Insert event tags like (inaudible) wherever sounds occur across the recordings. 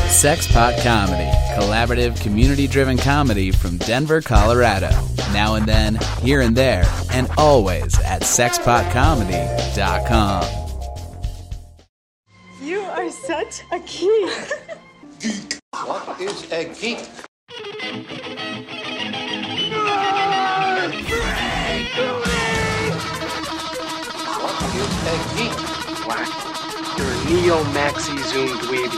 Sexpot Comedy, collaborative, community driven comedy from Denver, Colorado. Now and then, here and there, and always at sexpotcomedy.com. You are such a geek. What is a geek? What is a geek? You're a neo maxi zoom dweeby.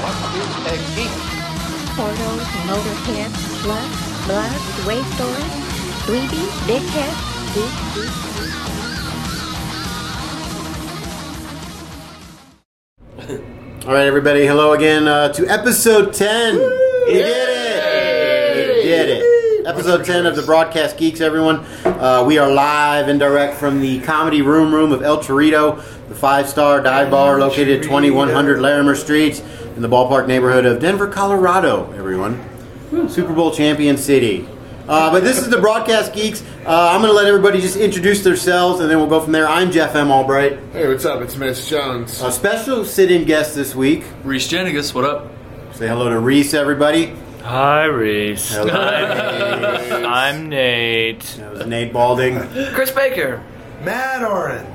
What is a geek? Portals, motorhead, slut, blood, waste story, dweeby, dickhead, geek, geek. All right, everybody. Hello again uh, to episode ten. We did it. We did it. Episode ten of the Broadcast Geeks. Everyone, uh, we are live and direct from the Comedy Room Room of El Torito, the five-star dive bar located at 2100 Larimer Street in the ballpark neighborhood of Denver, Colorado. Everyone, Super Bowl champion city. Uh, but this is the Broadcast Geeks. Uh, I'm going to let everybody just introduce themselves, and then we'll go from there. I'm Jeff M. Albright. Hey, what's up? It's Mitch Jones. A special sit-in guest this week. Reese Jenigas, what up? Say hello to Reese, everybody. Hi, Reese. Hello. I'm Nate. that was Nate Balding. Chris Baker. Matt Oren.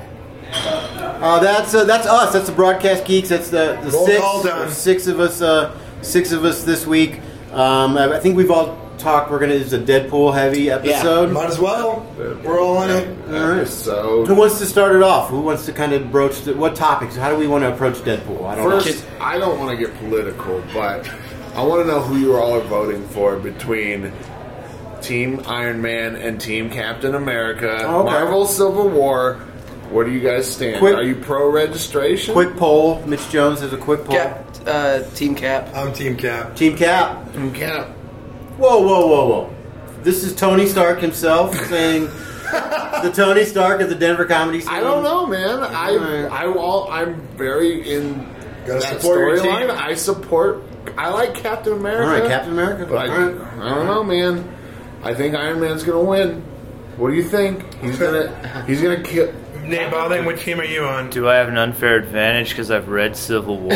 Uh, that's uh, that's us. That's the broadcast geeks. That's the, the Roll six call done. six of us. Uh, six of us this week. Um, I, I think we've all talked. We're gonna is a Deadpool heavy episode. Might as well. We're all in it. right. Who So wants to start it off? Who wants to kind of broach the, what topics? How do we want to approach Deadpool? I don't know. first, I don't want to get political, but I want to know who you all are voting for between Team Iron Man and Team Captain America, Oh, okay. Marvel Civil War. Where do you guys stand? Quick- are you pro registration? Quick poll. Mitch Jones has a quick poll. Cap, uh, Team Cap. I'm Team Cap. Team Cap. Team Cap. Whoa, whoa, whoa, whoa. This is Tony Stark himself saying the Tony Stark of the Denver comedy scene. I don't know, man. I I all I'm very in Gotta that support your storyline. team. I support. I like Captain America. All right, Captain America. But I, All right. I don't know, man. I think Iron Man's gonna win. What do you think? He's gonna he's gonna kill. Nate Balding, which team are you on? Do I have an unfair advantage because I've read Civil (laughs) War?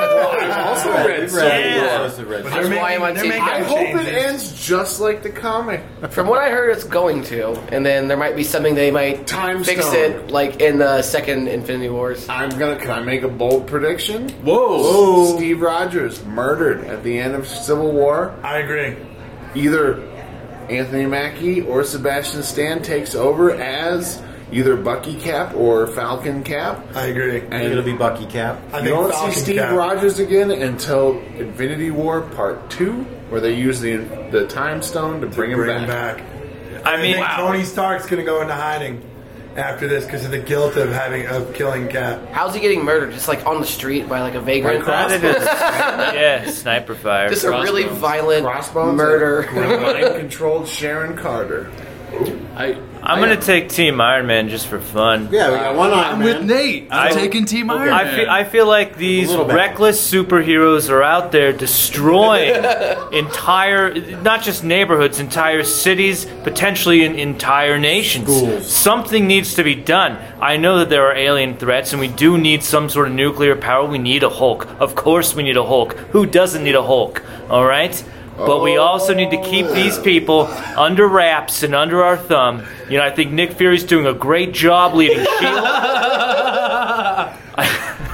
Also Red, red, Sonja. red, red. That's why I'm on Team I Cap. hope it ends just like the comic. From what I heard, it's going to, and then there might be something they might Time fix stone. it, like in the second Infinity Wars. I'm gonna. Can I make a bold prediction? Whoa! Steve Rogers murdered at the end of Civil War. I agree. Either Anthony Mackie or Sebastian Stan takes over as either Bucky Cap or Falcon Cap. I agree. I think it'll be Bucky Cap. I you don't Falcon see Steve Cap. Rogers again until Infinity War Part Two, where they use the the Time Stone to bring him Bring him back. back. I I mean, think Tony Stark's gonna go into hiding after this because of the guilt of having of killing Cap. How's he getting murdered? Just like on the street by like a vagrant. that is yeah, sniper fire. Just a really Crossbones. violent (laughs) Crossbones (laughs) murder. mind controlled Sharon Carter. I, I'm uh, gonna take Team Iron Man just for fun. Yeah, we got one on I'm with Nate. I'm I- taking Team Iron I Man. feel, I feel like these little bit. reckless superheroes are out (laughs) there destroying entire, not just neighborhoods, entire cities, potentially an entire nations. Schools. Something needs to be done. I know that there are alien threats, and we do need some sort of nuclear power. We need a Hulk. Of course, we need a Hulk. Who doesn't need a Hulk? All right? But we also need to keep these people under wraps and under our thumb. You know, I think Nick Fury's doing a great job (laughs) leading S.H.I.E.L.D.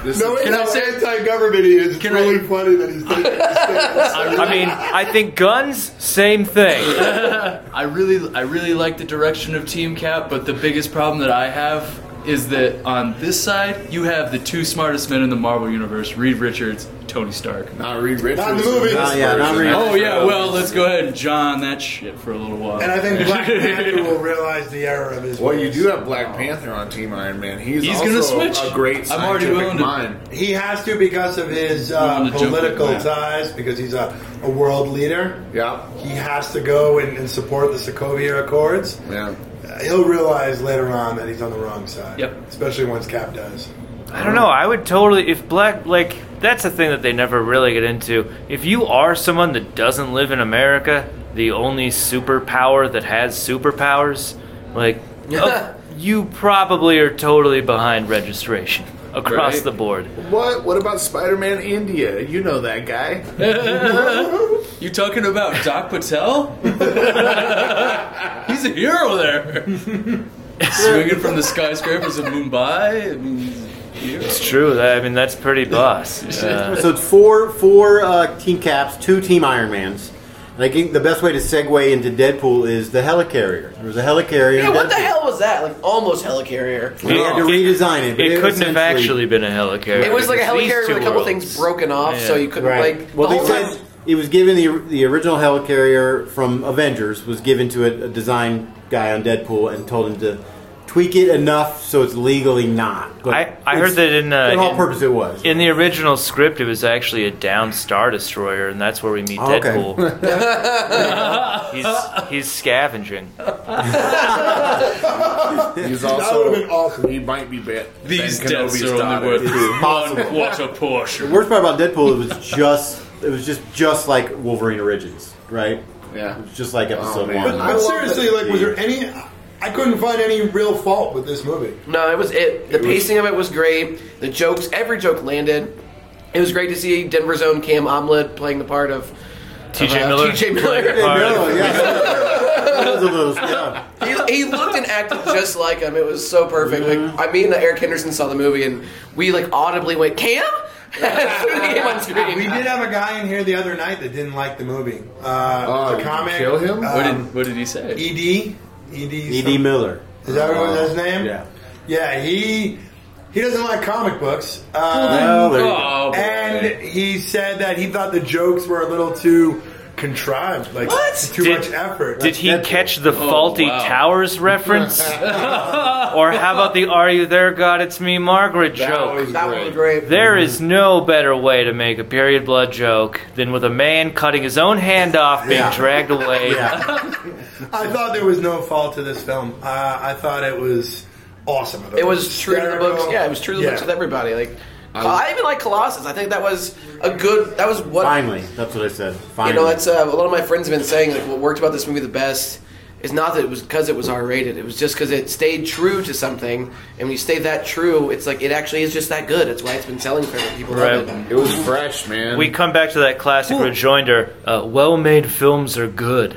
This is, Knowing can I how say? anti-government he is, it's really funny that he's taking this stance. I mean, I think guns, same thing. I really, I really like the direction of Team Cap, but the biggest problem that I have is that on this side you have the two smartest men in the Marvel universe: Reed Richards, Tony Stark. (laughs) Not Reed Richards. Not in the movies. Not- yeah, not Reed. Oh yeah, well let's go ahead and John that shit for a little while. And I (laughs) (laughs) think Black Panther will realize the error of his. Well, ways. you do have Black Panther on Team Iron Man. He's, He's also gonna switch. a great I'm already scientific willing to- mind. He has to because of his uh, wanna jump political with that. ties, because he's a, a world leader. Yeah. He has to go and, and support the Sokovia Accords. Uh, Yeah. He'll realize later on that he's on the wrong side. Yep. Especially once Cap dies. I don't know. I would totally if black like that's a thing that they never really get into. If you are someone that doesn't live in America, the only superpower that has superpowers, like oh, you probably are totally behind registration. across Right. the board. What? What about Spider-Man India? You know that (laughs) guy. You talking about Doc Patel? (laughs) He's a hero there. (laughs) Swinging from the skyscrapers of Mumbai. I mean, hero. It's true. I mean, that's pretty boss. Uh, So it's four four uh, team caps, two team Ironmans. And I think the best way to segue into Deadpool is the helicarrier. There was a helicarrier. Yeah, in what the Deadpool. hell was that? Like almost helicarrier. They had to redesign it. but it couldn't have essentially- actually been a helicarrier. It was like a because these helicarrier two with a couple worlds- things broken off, so you couldn't Right. like. well, the they whole said time- it was given the the original helicarrier from Avengers was given to a, a design guy on Deadpool and told him to tweak it enough so it's legally not. But I, I heard it's- that in, uh, on all in- purpose it was. (laughs) In the original script, it was actually a down Star Destroyer, and that's where we meet Oh, okay. Deadpool. (laughs) he's, he's scavenging. He's That would also. have been awesome. He might be bit. These Ben deaths Kenobi's are only daughter. (laughs) (laughs) worth one quarter the portion. worst part about Deadpool it was just it was just just like Wolverine Origins, right? Yeah. Oh, It was just like episode man. one. But I I'm love seriously that like, was there movie. any? I couldn't find any real fault with this movie. No, it was it. The pacing of it was great. The jokes, every joke landed. It was great to see Denver's own Cam Omelet playing the part of of, T.J. uh, Miller. T.J. Miller. (laughs) (laughs) All right. Oh, (laughs) yeah. That was a little- yeah. he, he looked and acted just like him. It was so perfect. Like I mean, Eric Henderson saw the movie and we like audibly went Cam. (laughs) As soon as he came on screen. We did have a guy in here the other night that didn't like the movie. Uh, Oh, the did you comic. kill him? um, E What did, E what did he say? Ed. Ed. Ed (laughs) Miller. Is that what his name? Yeah. Yeah. He he doesn't like comic books. Uh, Oh, there you go. Oh, boy. and he said that he thought the jokes were a little too contrived, like too Did- much effort. Did he Deadpool. catch the faulty wow. towers reference? or how about the "Are you there, God? It's me, Margaret" joke? that was great. There is no better way to make a period blood joke than with a man cutting his own hand off, being Yeah. dragged away. Yeah. I thought there was no fault to this film. Uh, I thought it was awesome. I thought It was true to the books. hysterical. Yeah, it was true to the books with Yeah. everybody. Like I, even like Colossus. I think that was a good. That was what Finally, that's what I said. you Finally. know. That's uh, a lot of my friends have been saying. Like what worked about this movie the best is not that it was because it was R rated. It was just because it stayed true to something. And when you stay that true, it's like it actually is just that good. It's why it's been selling for everyone. people. Love Right. it. It was fresh, man. We come back to that classic rejoinder: uh, "Well-made films are good."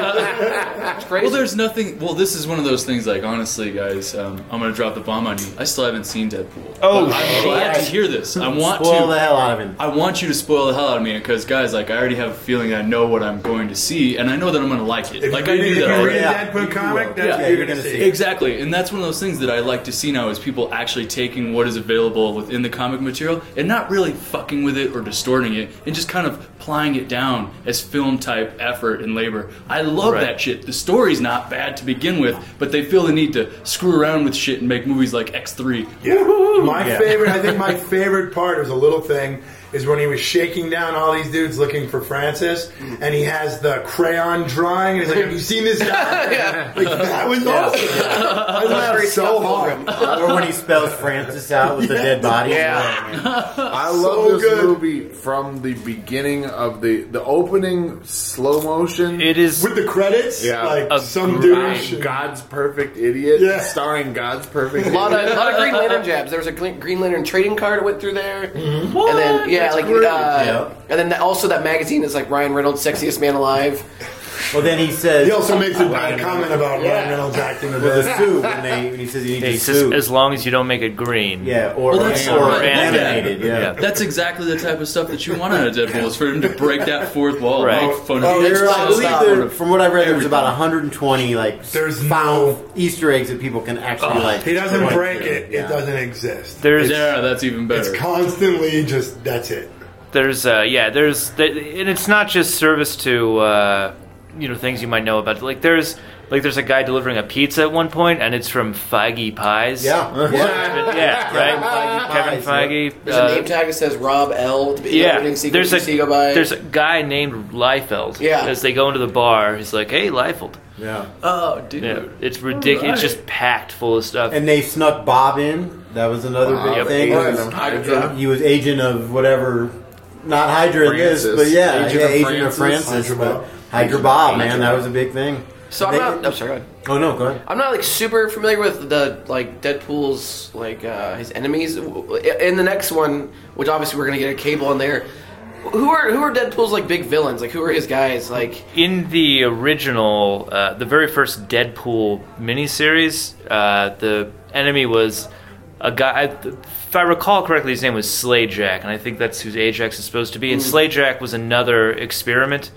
It's crazy. Well, there's nothing. Well, this is one of those things. Like, honestly, guys, um, I'm gonna drop the bomb on you. I still haven't seen Deadpool. Oh, But I'm glad to hear (laughs) this. I want Spoil to. the hell out of him. I want you to spoil the hell out of me because, guys, like I already have a feeling I know what I'm going to see, and I know that I'm going to like it. If like you I read, knew if you that. already. read Yeah. that book comic, that's Yeah, what you're you're, gonna, gonna see. see it. Exactly, and that's one of those things that I like to see now is people actually taking what is available within the comic material and not really fucking with it or distorting it, and just kind of plying it down as film type effort and labor. I love Right. that shit. The story's not bad to begin with, but they feel the need to screw around with shit and make movies like X three. Yeah. My Yeah. favorite, I (laughs) think my favorite part was a little thing is when he was shaking down all these dudes looking for Francis, and he has the crayon drawing, and he's like, "Have you seen (laughs) this guy?" Like that was awesome. I laughed so hard. or when he spells Francis out with the dead body. Yeah. I love so this good. movie from the beginning of the the opening slow motion. It is With the credits, Yeah. like A some By douche. God's perfect idiot, Yeah. starring God's perfect A lot, idiot. of, a lot of (laughs) Green Lantern jabs. There was a Green Green Lantern trading card that went through there, and then yeah, like uh, and then that, also that magazine is like Ryan Reynolds, sexiest man alive. Well, then he says He also makes a bad comment about Ryan Reynolds acting a with bit. a suit when, they, when he says he Hey, needs it's a just suit. as long as you don't make it green. yeah, or, Well, that's- or or animated. animated, Yeah. That's exactly the type of stuff that you want out of Deadpool is for him to break that fourth wall, Right. make fun Oh, of the there are- I external believe stuff. there, from what I've read, there's about 120 like There's found no- Easter eggs that people can actually like. He doesn't point break to. it. Yeah. It doesn't exist. There's Yeah, that's even better. It's constantly just that's it. there's uh yeah there's th- and it's not just service to uh you know things you might know about like there's like there's a guy delivering a pizza at one point and it's from Feige Pies Yeah. yeah, right Kevin Kevin Feige Feige, There's a name tag that says Rob L. To be Uh, yeah, opening sequence there's you see go by. a there's a guy named Liefeld. Yeah. as they go into the bar, he's like, "Hey, Liefeld." Yeah. oh, dude. Yeah, it's ridiculous. It's just packed full of stuff. And they snuck Bob in. That was another big Yep. thing. Yeah, Was- them Hydra. He was agent of whatever, not Hydra in this, Francis. but yeah, Agent yeah, of agent of Francis. Francis. Hydra but Bob. Hydra Bob, man, that was a big thing. So I'm not. I'm sorry. Go ahead. Oh no, go ahead. I'm not like super familiar with the like Deadpool's like uh, his enemies. In the next one, which obviously we're gonna get a cable in there. Who are who are Deadpool's like big villains? Like who are his guys? Like In the original, uh, the very first Deadpool miniseries, uh, the enemy was a guy. I, if I recall correctly, his name was Slayjack, and I think that's who Ajax is supposed to be. And Mm. Slayjack was another experiment,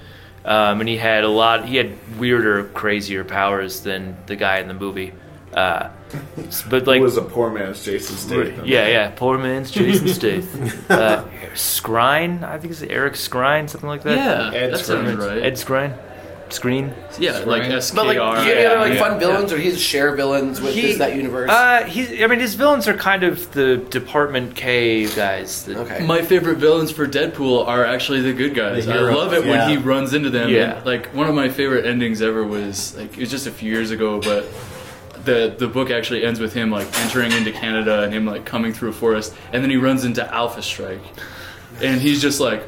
um, and he had a lot. He had weirder, crazier powers than the guy in the movie. Uh, but like, was a poor man's Jason uh, Statham. yeah, yeah, poor man's Jason Statham. Uh, Scrine, I think it's Eric Scrine, something like that. Yeah, Ed that sounds Scrine. right. Ed Scrine, Screen. Yeah, like SKR. but like do you know, like fun villains or he's share villains with He- this, that universe. Uh, he's. I mean, his villains are kind of the Department K guys. That okay. My favorite villains for Deadpool are actually the good guys. The I heroes, love it yeah. when he runs into them. Yeah. And, like one of my favorite endings ever was like it was just a few years ago, but the the book actually ends with him like entering into Canada and him like coming through a forest, and then he runs into Alpha Strike, and he's just like.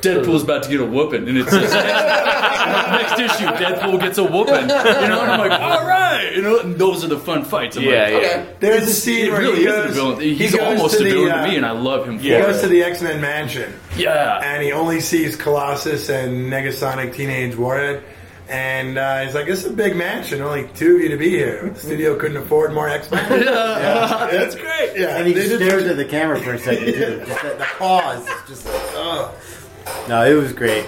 Deadpool's about to get a whooping, and it's just (laughs) next, next issue. Deadpool gets a whooping, you know. And I'm like, all right, you know. And those are the fun fights. I'm Yeah, like, yeah. okay. There's It's- a scene it where he really is the goes- villain. he He's goes almost to a the, villain uh, to me, and I love him. He for goes it. to the X Men mansion. Yeah. And he only sees Colossus and Negasonic Teenage Warhead. And uh, he's like, this is a big mansion. Only two of you to be here. The studio couldn't afford more X Men. That's great. Yeah, and he they stares just- at the camera for a second too. Just that, the pause, is just (laughs) like, oh. No, it was great.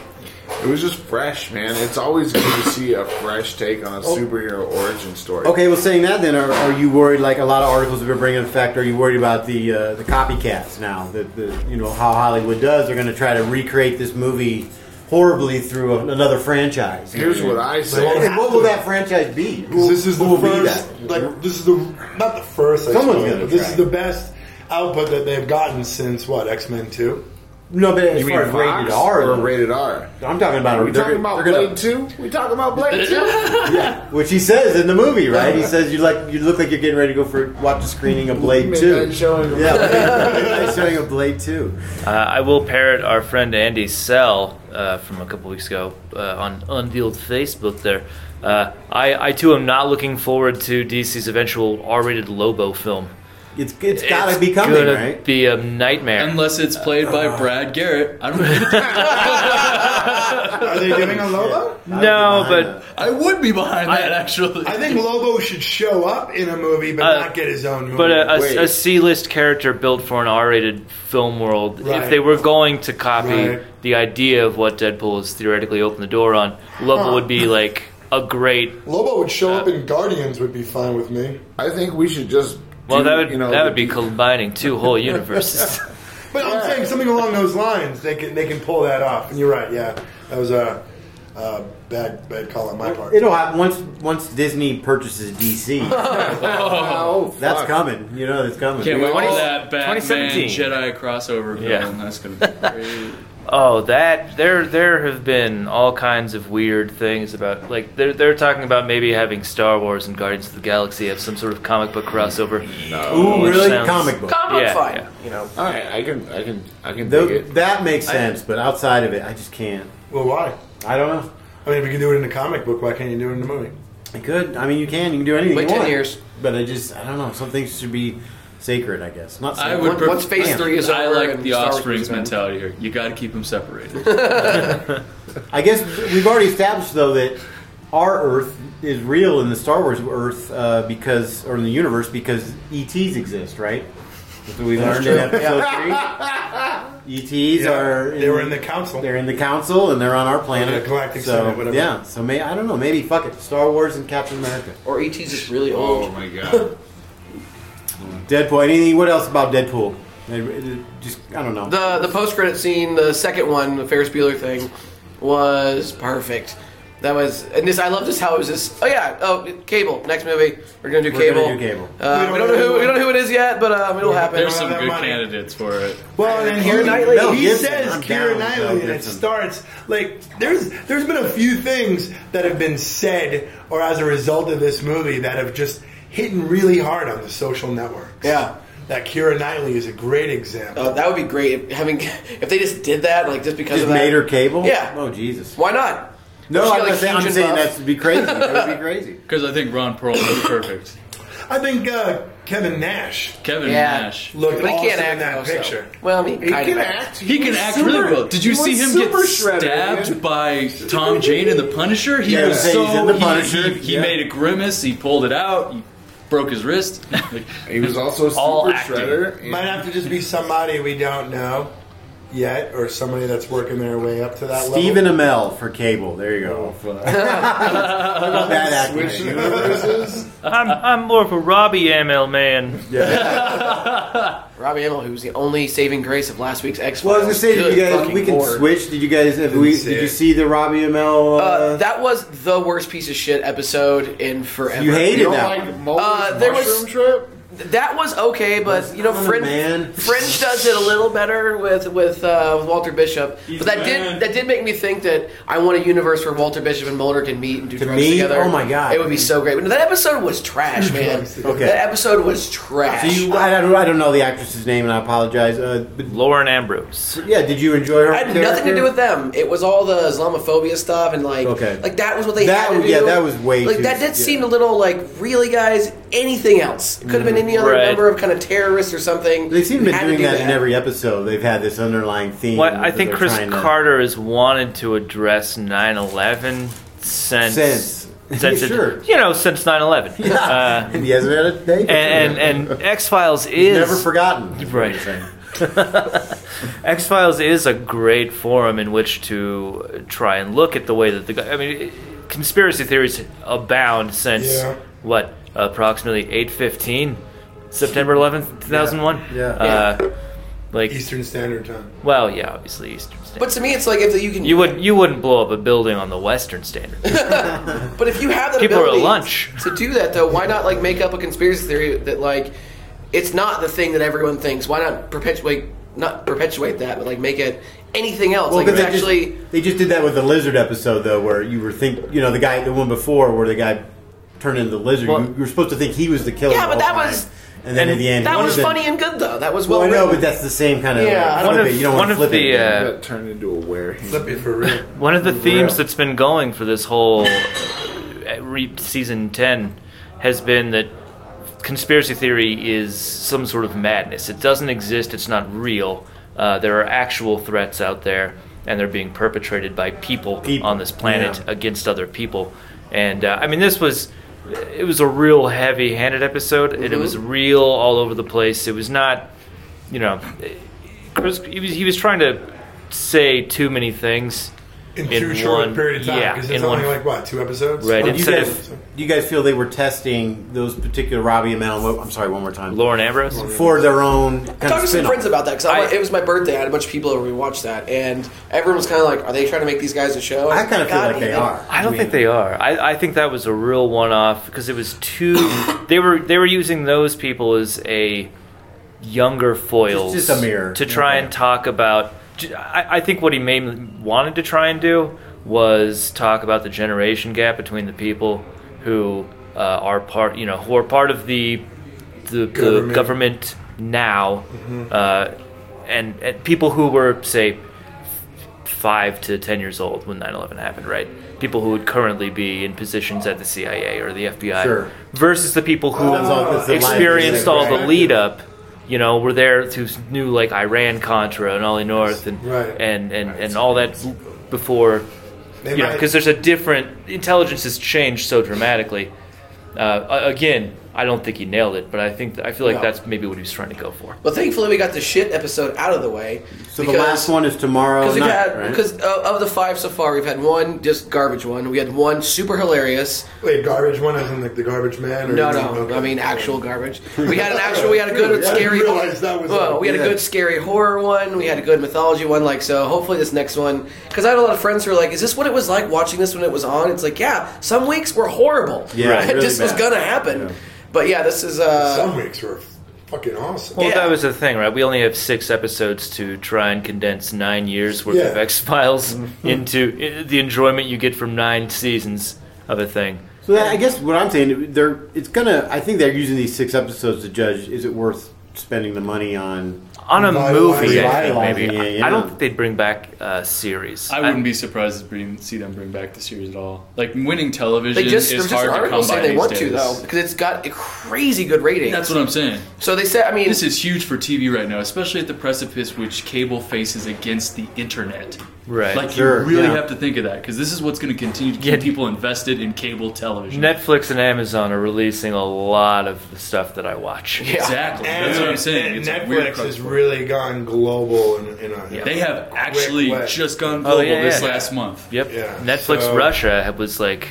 It was just fresh, man. It's always good to see a fresh take on a Oh. superhero origin story. Okay, well, saying that, then, are, are you worried? Like a lot of articles have been bringing in fact, are you worried about the uh, the copycats now? That the you know how Hollywood does, they're going to try to recreate this movie horribly through a, another franchise. Here's what I Like, say. and what will that franchise be? Who, 'Cause this is who the will first, be that? like this is the not the first. I Someone's suppose, gonna but this try. is the best output that they've gotten since what X Men Two. No, but as You far mean as rated Fox R or though. rated R. I'm talking about. We they're talking gonna- about they're gonna- Blade Two? We talking about Blade (laughs) Two? yeah, which he says in the movie, right? He says you like you look like you're getting ready to go for watch a screening of Blade Two. Midnight showing of- yeah, Midnight showing of Blade (laughs) Two. Uh, I will parrot our friend Andy Sell uh, from a couple weeks ago uh, on Unveiled Facebook. There, uh, I, I too am not looking forward to DC's eventual R-rated Lobo film. It's it's gotta be coming, gonna right? Be a nightmare. Unless it's played Uh, by Brad Garrett. I don't (laughs) Are they doing a Lobo? no, but I would be behind that actually. I think Lobo should show up in a movie, but Uh, not get his own movie. But uh, a- a, a C-list character built for an R-rated film world. Right. If they were going to copy Right. the idea of what Deadpool is theoretically open the door on, Lobo Huh. would be like a great. Lobo would show uh, up in Guardians would be fine with me. I think we should just. Well, do, that would you know, that would be combining (laughs) two whole universes. But I'm saying something along those lines. They can they can pull that off. And you're right. Yeah, that was a, a bad bad call on my part. It'll happen once once Disney purchases DC. (laughs) Oh, that's fuck. coming. You know that's coming. (laughs) Can't wait for Twenty- that Batman 2017. Jedi crossover film. Yeah. That's (laughs) gonna be great. Oh, that there there have been all kinds of weird things about like they're they're talking about maybe having Star Wars and Guardians of the Galaxy have some sort of comic book crossover. Ooh, Which really? sounds- Comic book. Comic yeah, fine, yeah. you know. All right, I can, I can, I can Though- dig it. that makes sense, but outside of it, I just can't. Well, why? I don't know. I mean, if you can do it in a comic book, why can't you do it in a movie? I could. I mean, you can. You can do anything. Wait you 10 want. years. But I just, I don't know. Some things should be sacred, I guess. Not. I sacred. would. pref- once Phase Three is I over like and the Star Wars offspring's is done. mentality here. You got to keep them separated. I guess we've already established though that our Earth is real in the Star Wars Earth uh, because, or in the universe because ETs exist, right? That's what we learned in episode (laughs) three. ETs Yeah, are in, they were in the council. they're in the council and they're on our planet. the Galactic so, Senate, whatever. Yeah, so may I don't know, maybe fuck it, Star Wars and Captain America, Or ET's just really Oh old. my god. Deadpool. Anything? What else about Deadpool? I- I- Just I don't know. The the post credit scene, the second one, the Ferris Bueller thing, was perfect. That was and this I love just how it was just oh yeah oh Cable next movie we're gonna do We're Cable gonna do Cable. Uh, we don't know who we don't know who it is yet but um, it'll happen There's some that good money. candidates for it. Well, and Keira he, Knightley. Mel he Gibson. says I'm down Kira with Mel Knightley, and it Gibson. starts like there's there's been a few things that have been said or as a result of this movie that have just hit really hard on the social networks. yeah That Kira Knightley is a great example. uh, that would be (laughs) great if, having if they just did that like just because of just that made her Cable. Yeah. Oh Jesus. why not No, She got, I'm, like, not saying, I'm huge and saying buff. that's be (laughs) crazy. That would be crazy. Because I think Ron Perlman is perfect. I think uh, Kevin Nash. Kevin Yeah. Nash Looked But he awesome can't in act, that though, so. picture. Well, he, He kind can of act. He can act really well. Did you see him get stabbed by Tom Jane in The Punisher? He Yeah, was he's so in The he- Punisher, He, he yeah. made a grimace. He pulled it out. He broke his wrist. (laughs) he was (laughs) also all acting. Might have to just be somebody we don't know yet, or somebody that's working their way up to that Stephen level. Amell for cable. There you go. (laughs) Bad actor. I'm, I'm more of a Robbie ML man. Robbie Amell, who was the only saving grace of last week's X Well, I Files. was gonna say, did you guys? We can switch. Did you guys? Have we, see did you it. see the Robbie Amell? Uh, Uh, that was the worst piece of shit episode in forever. You hated You don't that like one. Uh, there was mushroom trip. That was okay, but you know, on, Fringe, man. Fringe does it a little better with with uh, with Walter Bishop. but that did that did make me think that I want a universe where Walter Bishop and Mulder can meet and do Can drugs meet? together. Oh my God. it would be so great. But that episode was trash, (laughs) man. Okay. that episode was trash. so you, I, don't, I don't know the actress's name, and I apologize. Uh, but Lauren Ambrose. yeah, did you enjoy her? I had nothing to do with them. It was all the Islamophobia stuff and like, Okay. like that was what they That- had to do. yeah, that was way like too- that did yeah. Mm, seem a little like really guys. Anything else? It could have been any other Right. number of kind of terrorists or something. They seem to be Had doing do that, in every episode. They've had this underlying theme. Well, I that think they're Chris trying to- (laughs) Carter has wanted to address 9 11 since. Since. (laughs) it- Sure. You know, since (laughs) 9 11. Uh, And he hasn't had a day. and and, and X Files He's (laughs) is. never forgotten. is what Right. I'm saying. (laughs) X Files is a great forum in which to try and look at the way that the. go- I mean, conspiracy theories abound since Yeah. what approximately eight fifteen, September eleventh, two thousand one. Yeah. Uh, like Eastern Standard Time. well, yeah, obviously Eastern Standard. But to me, it's like if you can, you would you wouldn't blow up a building on the Western Standard. but if you have that People are at ability lunch. to do that, though, why not like make up a conspiracy theory that like it's not the thing that everyone thinks? Why not perpetuate not perpetuate that, but like make it anything else? like 'cause it's they just- actually. they just did that with the lizard episode though, where you were think you know the guy the one before where the guy turned into the lizard. Well- you, you were supposed to think he was the killer. Yeah, the but whole that time. was- and then at the end that he was wasn't. funny and good though. That was well. Well, I know, written. but that's the same kind of. Yeah, I flip don't- it. You don't want One to of flip the, it. uh, That turned into a werewolf. Flip it for real. One of the themes that's been going for this whole uh, re- season 10 has been that conspiracy theory is some sort of madness. It doesn't exist, it's not real. Uh, there are actual threats out there, and they're being perpetrated by people, People, on this planet yeah. against other people. And uh, I mean, this was. It was a real heavy handed episode, and Mm-hmm. it was real all over the place. It was not, you know, Chris, he was, he was trying to say too many things In, too short a period of time. Yeah, because in it's one. only like, what, two episodes? Right. Well, Oh, do you Instead guys, of do you guys feel they were testing those particular Robbie and Mel? I'm sorry, one more time. Lauren Ambrose. for their own kind talking of to some spin-off. friends about that I- because it was my birthday. I had a bunch of people over. We watched that, and everyone was kind of like, "Are they trying to make these guys a show?" I kind of feel God like they damn it. are. I don't think they are. I, I think that was a real one-off because it was too. (coughs) they were they were using those people as a younger foil, Just- just a mirror. to try and talk about. I, I think what he main wanted to try and do was talk about the generation gap between the people who uh, are part, you know, who are part of the the government, the Government. government now, Mm-hmm. uh, and, and people who were say five to ten years old when 9-11 happened right people who would currently be in positions at the cia or the fbi Sure. versus the people who Depends on- depends on experienced the all line, the right. lead up you know were there through new like iran contra and ollie north and Right. and and, and all that before They you know might- because there's a different intelligence has changed so dramatically uh, a- again i don't think he nailed it but i think i feel like No. that's maybe what he was trying to go for But thankfully, we got the shit episode out of the way. So the last one is tomorrow Because we've night, had right? because of the five so far, we've had one just garbage one. We had one super hilarious. Wait, garbage one as in like the garbage man? Or No, no, Okay. I mean actual garbage. We had an actual. We had a good Yeah, (laughs) I scary. didn't realize that was well, a- we had yeah. a good scary horror one. We had a good mythology one. Like so, hopefully this next one. Because I had a lot of friends who were like, "Is this what it was like watching this when it was on?" It's like, yeah, some weeks were horrible. Yeah, (laughs) Right. really this was bad. gonna happen. But yeah, this is uh, Some weeks were fucking awesome. Well, Yeah. that was the thing, right? We only have six episodes to try and condense nine years worth of Yeah. X Files Mm-hmm. into i- the enjoyment you get from nine seasons of a thing. So that, I guess what I'm saying, they're it's gonna. I think they're using these six episodes to judge: is it worth spending the money on on a movie, I think Revitalizing maybe. it, I- I yeah. don't think they'd bring back uh, series. I wouldn't be surprised to bring, see them bring back the series at all. Like winning television They just, is there's just hard to articles come by saying they these want days. to though, because it's got a crazy good rating. That's what I'm saying. So they said, I mean, (laughs) this is huge for TV right now, especially at the precipice which cable faces against the internet. Right. Like Sure, you really yeah. have to think of that because this is what's going to continue to keep Yeah. people invested in cable television. Netflix and Amazon are releasing a lot of the stuff that (laughs) I watch. Exactly. And, That's what I'm saying. And It's a Netflix weird cross- has really gone global in, in a. They have quick actually way. just gone Oh, global yeah, this yeah. last month. Yep. Yeah. Netflix So- Russia was like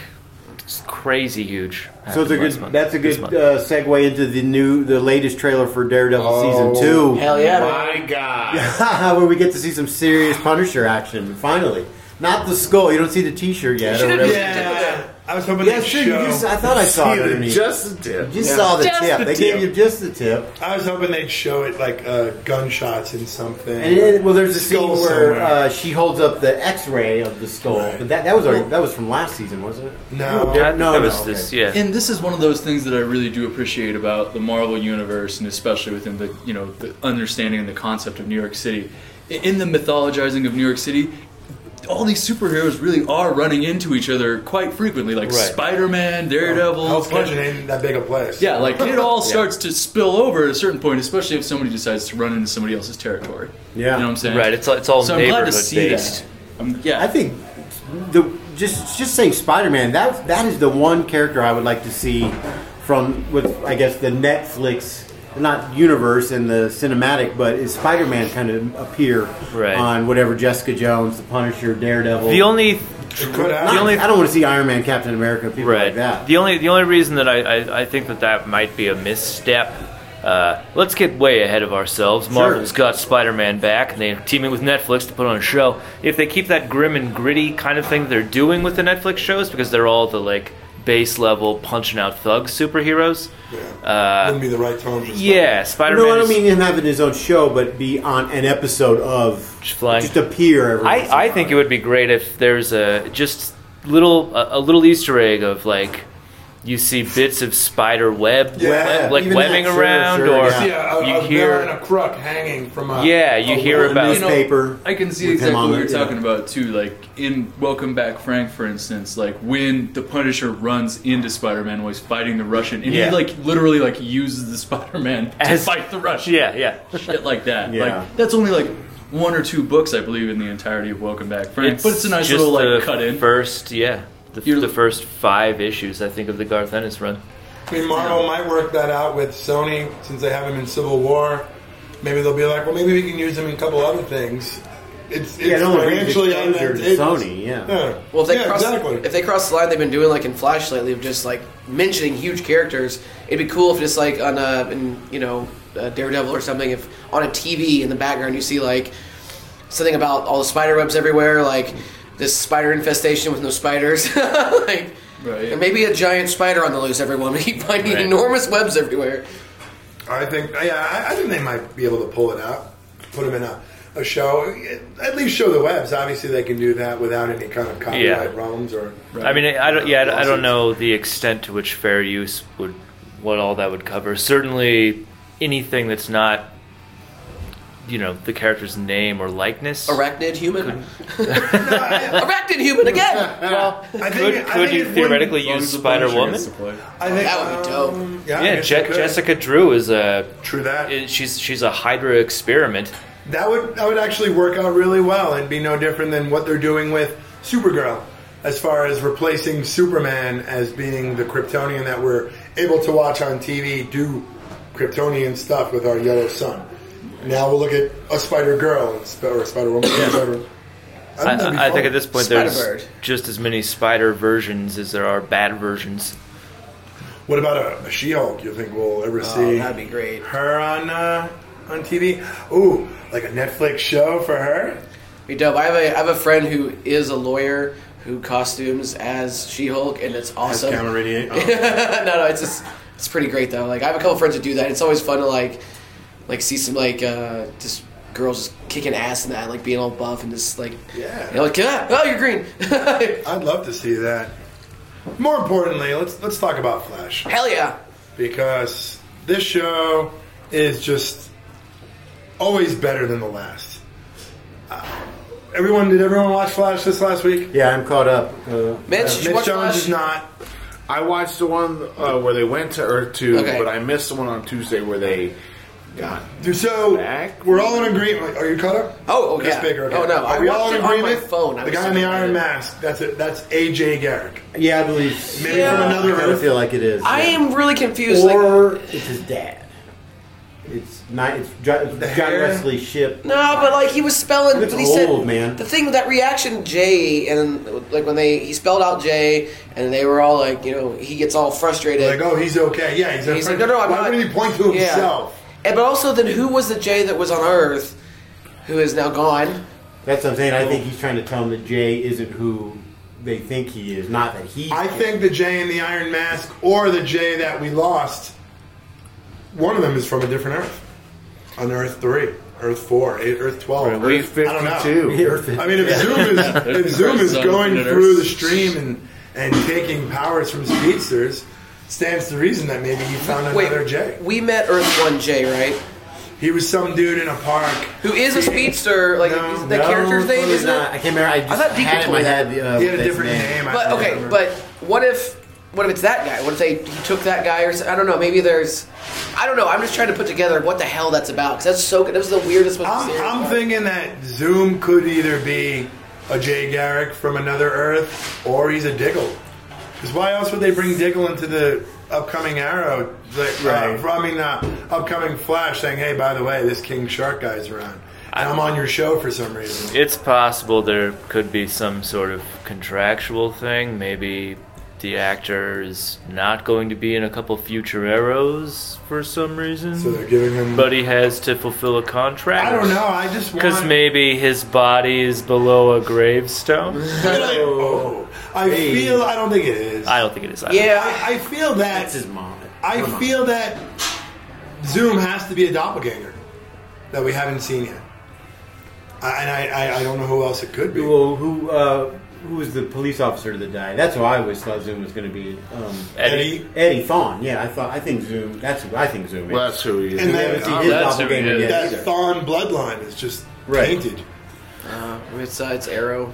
just crazy huge. So it's a Happened good. last month. That's a This good month. uh, segue into the new, the latest trailer for Daredevil Oh, season two. (laughs) hell yeah, man. My God. where we get to see some serious Punisher action finally. Not the skull. You don't see the T-shirt yet. or whatever. Yeah, I was hoping Yeah, they'd sure, you show. just- I thought I saw it See, the underneath. Just the tip. You saw the tip. they gave you just the tip. I was hoping they'd show it like uh, gunshots and something. And then, well, there's a scene Skull where somewhere. uh, she holds up the X-ray of the skull, but that, that was already, that was from last season, wasn't it? No. Yeah, no, that no, was okay. this. Yeah. And this is one of those things that I really do appreciate about the Marvel universe, and especially within the you know the understanding and the concept of New York City, I- in the mythologizing of New York City. All these superheroes really are running into each other quite frequently, like Right. Oh. Spider-Man, Daredevil, Hell's Kitchen Punisher. ain't that big a place. Yeah, like it (laughs) all starts to spill over at a certain point, especially if somebody decides to run into somebody else's territory. Yeah. you know what I'm saying? Right, it's all- it's all so I'm glad to neighborhood see based. that. Um, yeah, I think the just just saying Spider-Man that that is the one character I would like to see from with I guess the Netflix not universe and the cinematic, but is Spider-Man kind of appear Right. on whatever Jessica Jones, The Punisher, Daredevil. The only It could Not- happen. the only- I don't want to see Iron Man, Captain America, people right. like that. The only the only reason that I, I, I think that that might be a misstep. Uh, let's get way ahead of ourselves. Marvel's got Spider-Man back, and they're teaming with Netflix to put on a show. If they keep that grim and gritty kind of thing they're doing with the Netflix shows, because they're all the like base level punching out thug superheroes. Yeah. Wouldn't be the right tone. for Yeah, Spider-Man. no, I don't is- mean him having his own show, but be on an episode of Just flying. just appear. Every once in a I, I think it while. would be great if there's a just little a, a little Easter egg of like you see bits bits of spider web, Yeah, web- like even webbing that, sure, around sure, or yeah. Yeah, a, you a hear bear and a crook hanging from a. Yeah, you a hear wall. about- You know, newspaper I can see with him exactly on what it, you're yeah. talking about too. Like in Welcome Back, Frank, for instance, like when the Punisher runs into Spider-Man while he's fighting the Russian, and Yeah. he like literally like uses the (laughs) Spider-Man to As- fight the Russian. yeah, yeah. shit like that. Yeah. Like that's only like one or two books, I believe, in the entirety of Welcome Back, Frank. but it's a nice just little the like cut in. First, yeah, the, You're- the first five issues I think of the Garth Ennis run. I mean, Marvel might work that out with Sony since they have him in Civil War. Maybe they'll be like, well, maybe we can use him in a couple other things. It's, it's Yeah, no one brings financially on exposure that to table. Sony, yeah. Well, if they yeah, cross exactly. if they cross the line they've been doing like in Flash lately of just like mentioning huge characters, it'd be cool if just like on a in, you know uh, Daredevil or something, if on a TV in the background you see like something about all the spider webs everywhere, like this spider infestation with no spiders, (laughs) like Right. and maybe a giant spider on the loose. Everyone, (laughs) we keep finding Right. enormous webs everywhere. I think, yeah, I, I think they might be able to pull it out, put him in a, a show, at least show the webs. Obviously, they can do that without any kind of copyright Yeah. problems or. I mean, I I don't. Yeah, I don't- I don't know the extent to which fair use would, what all that would cover. Certainly, anything that's not, you know, the character's name or likeness. Arachnid human, (laughs) arachnid human again. Well, I think, I could could think it you wouldn't- theoretically As long use as the Spider Punisher Woman? gets to play. I think That would be dope. um, I Yeah, guess Je- they could. Jessica Drew is a True that. is- she's she's a Hydra experiment. That would that would actually work out really well and be no different than what they're doing with Supergirl, as far as replacing Superman as being the Kryptonian that we're able to watch on TV do Kryptonian stuff with our yellow sun. Now we'll look at a Spider Girl and sp- or Spider Woman. I, I- I think at this point Spider-Bird. there's just as many spider versions as there are bad versions. What about a, a She-Hulk? You think we'll Oh, ever Oh, see? that'd be great. Her on uh, on TV? Ooh, like a Netflix show for her? Be dope. I have a I have a friend who is a lawyer who costumes as She Hulk, and it's awesome. (laughs) (laughs) radiate. no, no, it's just it's pretty great though. Like I have a couple friends that do that. It's always fun to like like see some like uh just girls just kicking ass and that, like being all buff and just like Yeah. you know, like ah, oh you're green. (laughs) I'd love to see that. More importantly, let's let's talk about Flash Hell yeah. because this show is just always better than the last. Uh, everyone, did everyone watch Flash this last week? Yeah, I'm caught up. Uh, Mitch, you Mitch watch Jones Flash? is not. I watched the one uh, where they went to Earth Two, Okay. but I missed the one on Tuesday where they got. So we're all in agreement. Are you caught up? Oh, okay. That's bigger. Okay. Oh, no, Are I we all watched in it on my agreement? phone. I The was guy in the so Iron excited. Mask. That's it. That's AJ Garrick. uh, Yeah, I believe. Maybe Yeah. from another I kinda Earth. feel like it is. I yeah. am really confused. like- Or it's his dad. It's not. It's John, it's John hair? Wesley Ship. No, but like he was spelling. That's but he old, said, man. The thing with that reaction, J, and like when they he spelled out J, and they were all like, you know, he gets all frustrated. Like, oh, he's okay. Yeah, he's He's okay. like, no, no, I'm Why not. wouldn't he point to Yeah. himself? And, but also, then who was the J that was on Earth, who is now gone? That's what I'm saying. I think he's trying to tell him that Jay isn't who they think he is. Not that he. I think the Jay in the Iron Mask or the Jay that we lost, one of them is from a different Earth. On Earth 3, Earth 4, eh, Earth 12. Right, Earth I don't know. (laughs) 52. Earth I mean, if Zoom is, if Zoom is Some going minutes. through the stream and, and taking powers from speedsters, stands to reason that maybe he found Wait, another Jay. We met Earth One J, right? He was some dude in a park who is a speedster. Like is the character's name totally is not. I can't remember. I just thought Deacon had it in my told me head. that. Uh, He had a with his different name. But okay, but what if what if it's that guy? What if they he took that guy or s- I don't know? Maybe there's I don't know. I'm just trying to put together what the hell that's about because that's so good. That was the weirdest one. I'm, I'm thinking that Zoom could either be a Jay Garrick from another Earth, or he's a Diggle. Because why else would they bring Diggle into the upcoming Arrow? Like, right. I mean, uh, upcoming Flash, saying, "Hey, by the way, this King Shark guy's around, and I'm on your show for some reason." It's possible there could be some sort of contractual thing. Maybe the actor is not going to be in a couple future arrows for some reason. So they're giving him. But he has to fulfill a contract. I don't know. I just Because want- maybe his body is below a gravestone. oh, (laughs) I feel I don't think it is. I don't think it is. either. I, I feel that. That's his mom. I feel that Zoom has to be a doppelganger that we haven't seen yet. I, and I, I, I don't know who else it could be. Well, who uh, who was the police officer that died? That's who I always thought Zoom was going to be. Um, Eddie? Eddie Fawn. Yeah, I thought. I think Zoom. That's who I think Zoom is. Well, that's who he is. And And we haven't that- seen oh, his that's who he doppelganger is. yet that either. Thon bloodline is just Right. painted. Uh, it's uh, it's Arrow.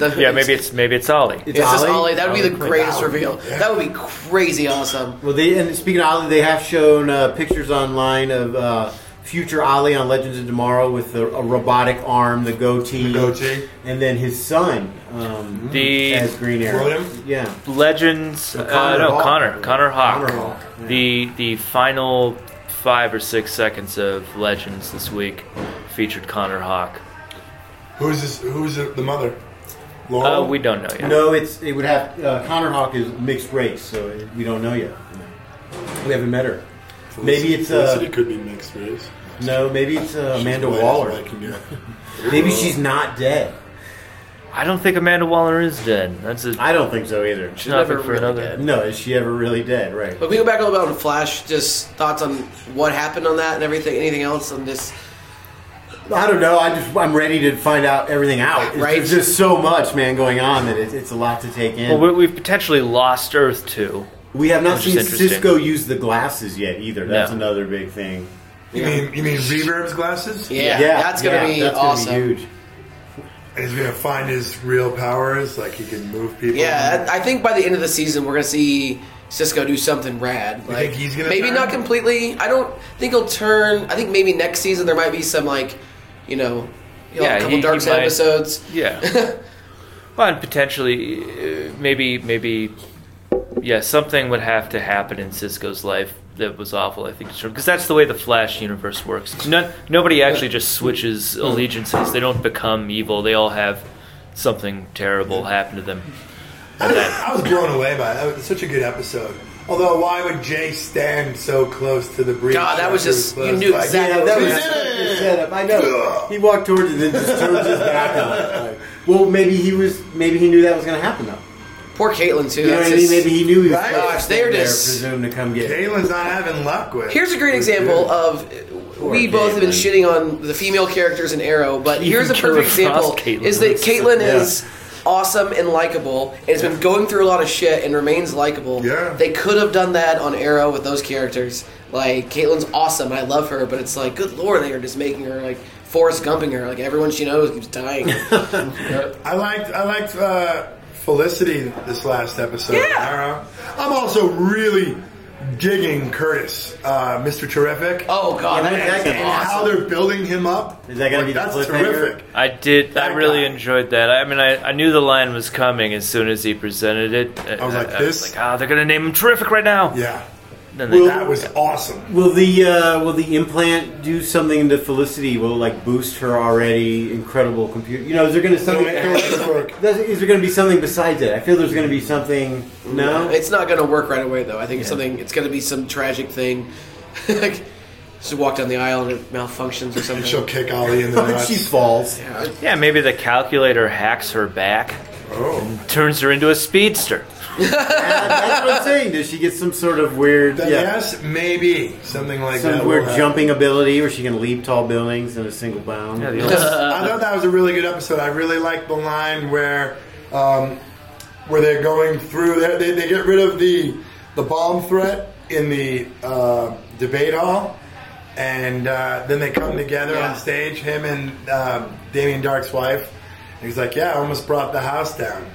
(laughs) yeah, maybe it's maybe it's Ollie. It's just Ollie. That would be the greatest reveal. That would be crazy awesome. Well, they and speaking of Ollie, they have shown uh, pictures online of uh, future Ollie on Legends of Tomorrow with a, a robotic arm, the goatee, goatee, and then his son um, The- as Green Arrow. William? Yeah, Legends. Or uh, Connor no, Hawk. Connor. Connor Hawk. Connor Hawk, The the final five or six seconds of Legends this week featured Connor Hawk. Who's this, who's the, the mother? Uh, Laurel. we don't know yet. Oh. No, it's it would have uh, Connor Hawk is mixed race, so it, we don't know yet. We haven't met her. Maybe it's Felicity uh, could be mixed race. no, maybe it's uh, Amanda White as Waller. I (laughs) can do. Maybe she's not dead. I don't think Amanda Waller is dead. That's a. I don't think so either. She's nothing for another. No, is she ever really dead? Right. But we go back a little bit on Flash. Just thoughts on what happened on that and everything. Anything else on this? I don't know. I just I'm ready to find out everything out. It's, Right. There's just so much, man, going on that it's, it's a lot to take in. Well, we, we've potentially lost Earth two. we have not which is seen interesting. Cisco use the glasses yet either. That's No. another big thing. You mean you mean Reverb's glasses? Yeah, that's gonna be that's gonna awesome. huge. And he's gonna find his real powers, like he can move people. Yeah, I I think by the end of the season, we're gonna see Cisco do something rad. Like think he's gonna maybe turn? not completely. I don't think he'll turn. I think maybe next season there might be some like, you know, you know, Yeah, a couple he- dark he side might- episodes. Yeah. (laughs) well, and potentially, uh, maybe, maybe, yeah, something would have to happen in Cisco's life that was awful. I think because that's the way the Flash universe works. None, nobody actually just Hmm. switches allegiances. They don't become evil. They all have something terrible happen to them. And that- I was blown away by it. It was such a good episode. Although, why would Jay stand so close to the breach? God, that was after it just- closed? you knew Like, exactly yeah, what that you was were it. Setup, I know. He walked towards it and then just turns his back on it. Like, well, maybe he was. Maybe he knew that was going to happen though. Poor Caitlyn too. You know That's what I mean? just- Maybe he knew he was Right? supposed to Gosh, stay they're there just- for Zoom to come get. it. (laughs) Caitlin's not having luck with. Here's a great example of we both have been shitting on the female characters in Arrow, but Even here's a Killer perfect example: Frost Caitlyn. is that Caitlyn Yeah. is awesome and likable, and has been going through a lot of shit and remains likable. Yeah. They could have done that on Arrow with those characters. Like Caitlin's awesome, I love her, but it's like, good lord, they are just making her like Forrest Gumping her. Like everyone she knows keeps dying. (laughs) I liked I liked uh, Felicity this last episode. Yeah. I'm also really digging Curtis, uh, Mr. Terrific. Oh God, that guy's and how awesome. they're building him up. Is that gonna be the that's cliffhanger? terrific? I did. I really enjoyed that. I mean, I, I knew the line was coming as soon as he presented it. I was like, this. like, ah, they're gonna name him terrific right now. Yeah. Then they, awesome. Will the uh, will the implant do something to Felicity? Will it, like boost her already incredible computer? You know, is there going to something? Does- is there going to be something besides that? I feel there's going to be something. No, it's not going to work right away though. I think it's something. It's going to be some tragic thing. (laughs) like, she walk down the aisle and it (laughs) malfunctions or something. She'll kick (laughs) Ollie in the nuts. She falls. Yeah. yeah, maybe the calculator hacks her back. Oh. And turns her into a speedster. that's what I'm saying. Does she get some sort of weird? Then yeah, yes, maybe something like some that. will weird happen. jumping ability where she can leap tall buildings in a single bound. Uh, I thought that was a really good episode. I really liked the line where um, where they're going through. They, they, they get rid of the the bomb threat in the uh, debate hall, and uh, then they come together on stage. Him and uh, Damien Dark's wife. And he's like, "Yeah, I almost brought the house down,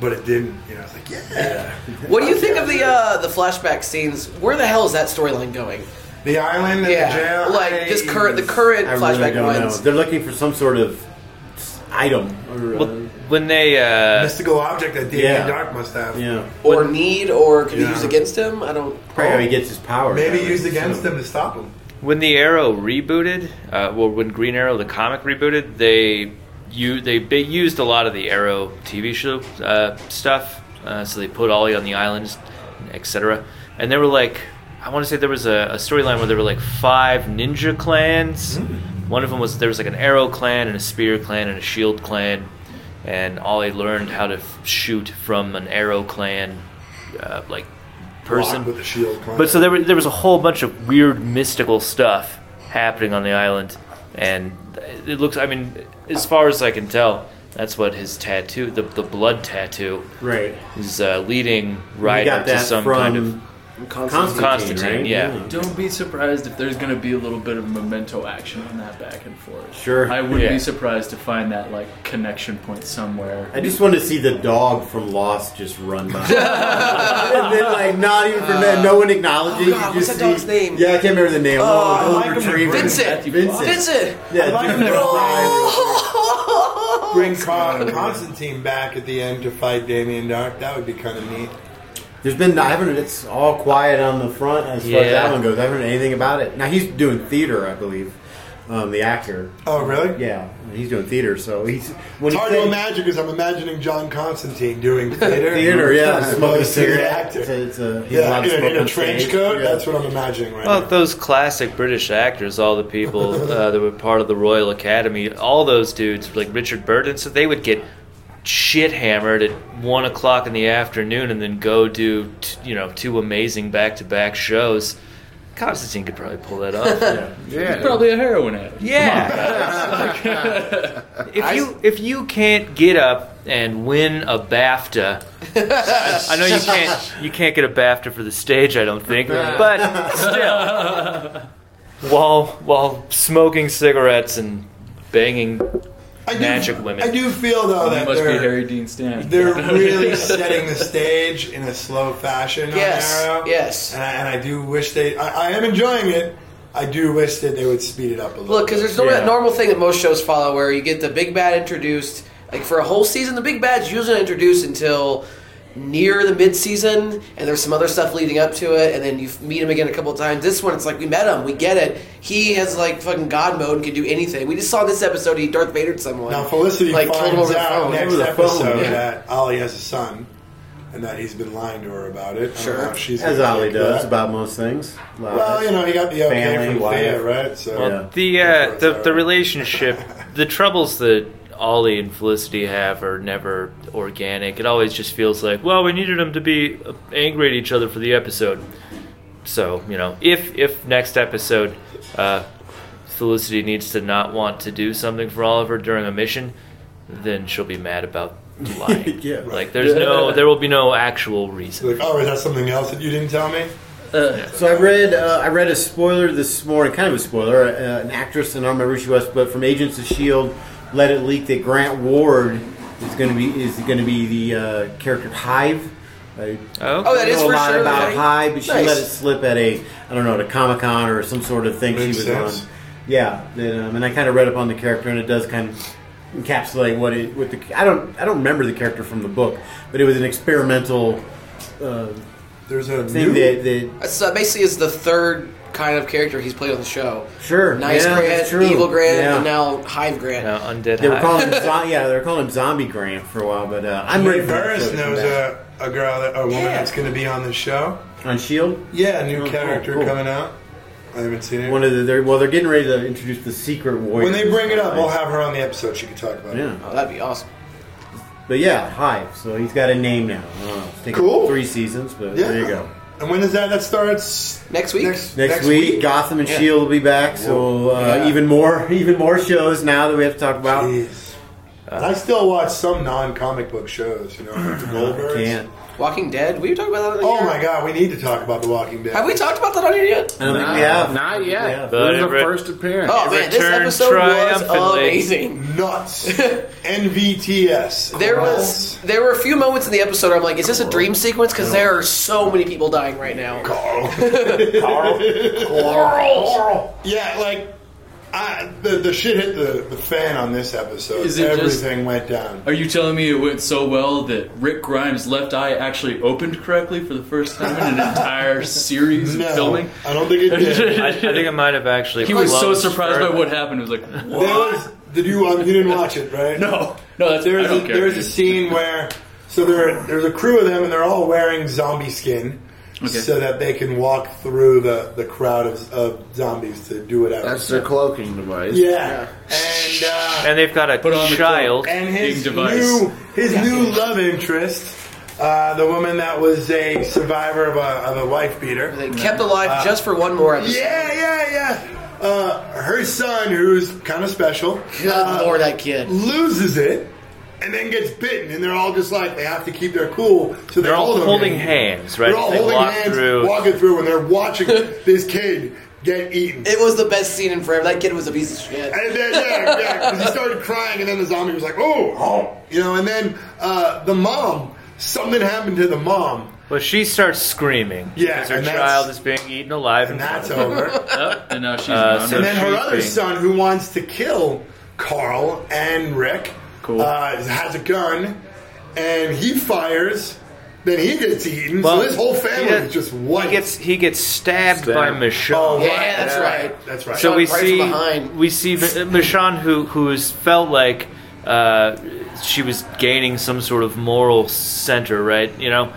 but it didn't." You know, I was like, Oh, "Yeah." What do you think of the uh, the flashback scenes? Where the hell is that storyline going? The island and the jail. Like just current the current I really flashback don't know. ones. They're looking for some sort of item. Or, uh, when they uh, mystical object that Damien Yeah. Dark must have. yeah, Or need or could be Yeah. used against him? I don't Probably how he gets his power. Maybe that way, used against so. him to stop him. When the Arrow rebooted, uh, well, when Green Arrow the comic rebooted, they you they, they used a lot of the Arrow TV show uh, stuff. Uh, so they put Ollie on the islands, etc. And they were like, I want to say there was a, a storyline where there were like five ninja clans. Mm-hmm. One of them was there was like an Arrow clan and a Spear clan and a Shield clan, and Ollie learned how to f- shoot from an Arrow clan, uh, like person Block with the shield. climb. but so there, were, there was a whole bunch of weird mystical stuff happening on the island, and it looks. I mean, as far as I can tell, that's what his tattoo, the, the blood tattoo, Right. is uh, leading Ryder to some kind of Constantine, Constantine, right? yeah. Yeah. Don't be surprised if there's going to be a little bit of memento action on that back and forth. Sure. I wouldn't Yeah. be surprised to find that like connection point somewhere. I just want to see the dog from Lost just (laughs) run by, and then like not even for that, no one acknowledging. Oh, God, you what's just that dog's see- name? Yeah, I can't remember the name. Oh, I oh, like old him to retriever. bring Vincent. Vincent. Vincent. Oh. Yeah, (laughs) Bring Con- Constantine back at the end to fight Damien Dark. That would be kind of neat. There's been I haven't. It's all quiet on the front as far as Yeah. that one goes. I haven't heard anything about it. Now he's doing theater, I believe. Um, the actor. Oh, really? Yeah, he's doing theater. So he's when it's he hard said- to imagine because I'm imagining John Constantine doing (laughs) theater. theater, yeah, (laughs) He's smoking a a serious cigarette. actor. It's a, it's a, he's Yeah, allowed to in a, smoke in a on trench stage. coat. Yeah. That's what I'm imagining right Well, those classic British actors, all the people uh, that were part of the Royal Academy, all those dudes, like Richard Burton, so they would get shit hammered at one o'clock in the afternoon and then go do, t- you know, two amazing back to back shows. Constantine could probably pull that off. He's probably a heroin addict. Yeah. if you if you can't get up and win a BAFTA, I, I know you can't you can't get a BAFTA for the stage, I don't think, but still, while while smoking cigarettes and banging magic women, I do feel though that Oh, must be they're- Harry Dean Stanton. (laughs) They're really setting the stage in a slow fashion Yes, on Arrow. Yes. And I, and I do wish they. I, I am enjoying it. I do wish that they would speed it up a little. Look, because there's no that normal thing that most shows follow where you get the big bad introduced. Like for a whole season, the big bad's usually not introduced until near the mid-season, and there's some other stuff leading up to it, and then you f- meet him again a couple of times. This one, it's like we met him, we get it. He has like fucking god mode and can do anything. We just saw this episode he Darth Vader someone. Now Felicity like told him finds over the out phone. next Over the phone, episode yeah. that Ollie has a son, and that he's been lying to her about it. I don't Sure. know if she's As gonna Ollie like does that. about most things. Well, you know, he got the okay from Thea, right? So Well, the uh, the, the relationship, the troubles that Ollie and Felicity have are never organic. It always just feels like, well, we needed them to be uh, angry at each other for the episode. So you know, if if next episode, uh, Felicity needs to not want to do something for Oliver during a mission, then she'll be mad about lying. Yeah. (laughs) Like there's no, there will be no actual reason. Like, oh, is that something else that you didn't tell me? So I read uh, I read a spoiler this morning, kind of a spoiler. Uh, an actress, and I don't remember who she was, but from Agents of Shield, E let it leak that Grant Ward is going to be is going to be the uh, character Hive. I Oh. Oh, that don't is know for a lot sure, about right? Hive, but she Nice. let it slip at a I don't know at a Comic Con or some sort of thing Makes she was sense. on. Yeah, that, um, and I kind of read up on the character, and it does kind of encapsulate what it with the I don't I don't remember the character from the book, but it was an experimental. Uh, There's a thing that, that That's uh, basically is the third kind of character he's played on the show. Sure. Nice Yeah, that's Grant, true. Evil Grant, Yeah. and now Hive Grant. undead. They were calling him zo- yeah, they were calling him Zombie Grant for a while, but uh, I'm ready. Ray for that show Burris to come knows uh, back. a, a girl, that, a woman that's going to be on the show. on Shield. Yeah, a new Oh, cool, character cool. coming out. I haven't seen it. One of the they're, well, they're getting ready to introduce the Secret Warrior. when they bring it up, we'll have her on the episode. She can talk about it. Yeah, Oh, that'd be awesome. but yeah, Hive. So he's got a name now. I don't know, it's taken Cool. Three seasons, but there you go. And when is that? That starts next week. Next, Next, week, Gotham and Shield E will be back. So uh, even more, (laughs) even more shows now that we have to talk about. I still watch some non-comic book shows. You know, like the Goldbergs. Can't. Walking Dead. We were talking about that. on Oh here. my god, we need to talk about The Walking Dead. Have we talked about that on here yet? I don't think we have. Not yet. But this is the every- first appearance. Oh man, this returned episode was triumphantly. amazing. Nuts. NVTS. There was there were a few moments in the episode where I'm like, is this a dream sequence? Because there are so many people dying right now. Carl. Yeah, like I, the the shit hit the, the fan on this episode. Is it just- Everything went down. Are you telling me it went so well that Rick Grimes' left eye actually opened correctly for the first time in (laughs) an entire series of No, filming? I don't think it did. (laughs) I, I think I might have actually. He was so loved surprised by Scarlet. what happened. He was like, There was, did you? Um, you didn't watch it, right? no, no, that's There's I don't a, care. there's a scene where so there there's a crew of them and they're all wearing zombie skin. Okay. So that they can walk through the, the crowd of, of zombies to do whatever. That's their cloaking device. yeah. And uh, And they've got a Put on the child. and Big his device. new his new love interest, uh, the woman that was a survivor of a, of a wife beater. They kept alive just for one more episode. Yeah, yeah, yeah. Uh, her son, who's kind of special, Good lord, that kid. loses it and then gets bitten, and they're all just like they have to keep their cool. So they They're all hold him holding in. hands, right? They're all They holding walk hands, through. walking through, and they're (laughs) watching this kid get eaten. It was the best scene in forever. That kid was a piece of shit. And then, yeah, yeah, 'cause he started crying, and then the zombie was like, oh, oh," you know, and then uh, the mom, something happened to the mom, Well, she starts screaming Yeah, because her and that's- child is being eaten alive. and And that's over. Oh, and now she's Uh, gone. so- and then her she's other being- son, who wants to kill Carl and Rick, Cool. uh, has a gun, and he fires. Then he gets eaten. Well, so his whole family he does- is just white. He gets he gets stabbed, Stabbed. by Michonne. Oh, Yeah, that's right. That's right. So we right from see behind. we see V- Michonne, who who's felt like uh, she was gaining some sort of moral center, right? You know,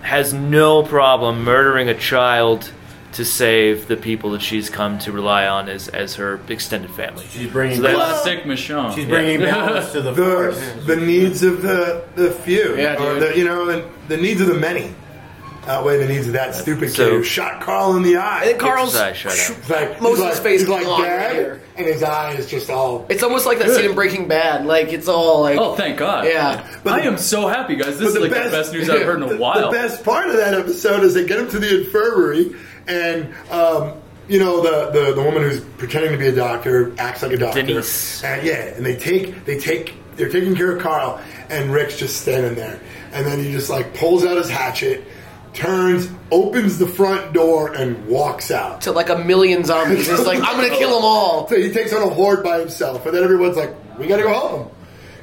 has no problem murdering a child to save the people that she's come to rely on as as her extended family. She's bringing. So that- Classic Michonne. she's bringing balance to the force. the the needs of the the few, Yeah, or dude. the, you know, the, the needs of the many outweigh the needs of that stupid So- kid who shot Carl in the eye. And then Carl's. his eye shut out. It's like, Most he's of his like- face he's like gone that, right here. and his eye is just all. It's almost like that scene in Breaking Bad. Like it's all like. (laughs) Oh, thank God. Yeah. I am so happy, guys. This is the like best- the best news I've heard in a (laughs) The, while. the best part of that episode is they get him to the infirmary, and um, you know the, the the woman who's pretending to be a doctor acts like a doctor. Denise. And yeah, and they take they take they're taking care of Carl, and Rick's just standing there, and then he just like pulls out his hatchet, turns, opens the front door, and walks out. To like a million zombies. It's like I'm (laughs) Oh. gonna kill them all. So he takes on a horde by himself, and then everyone's like, "We got to go help him."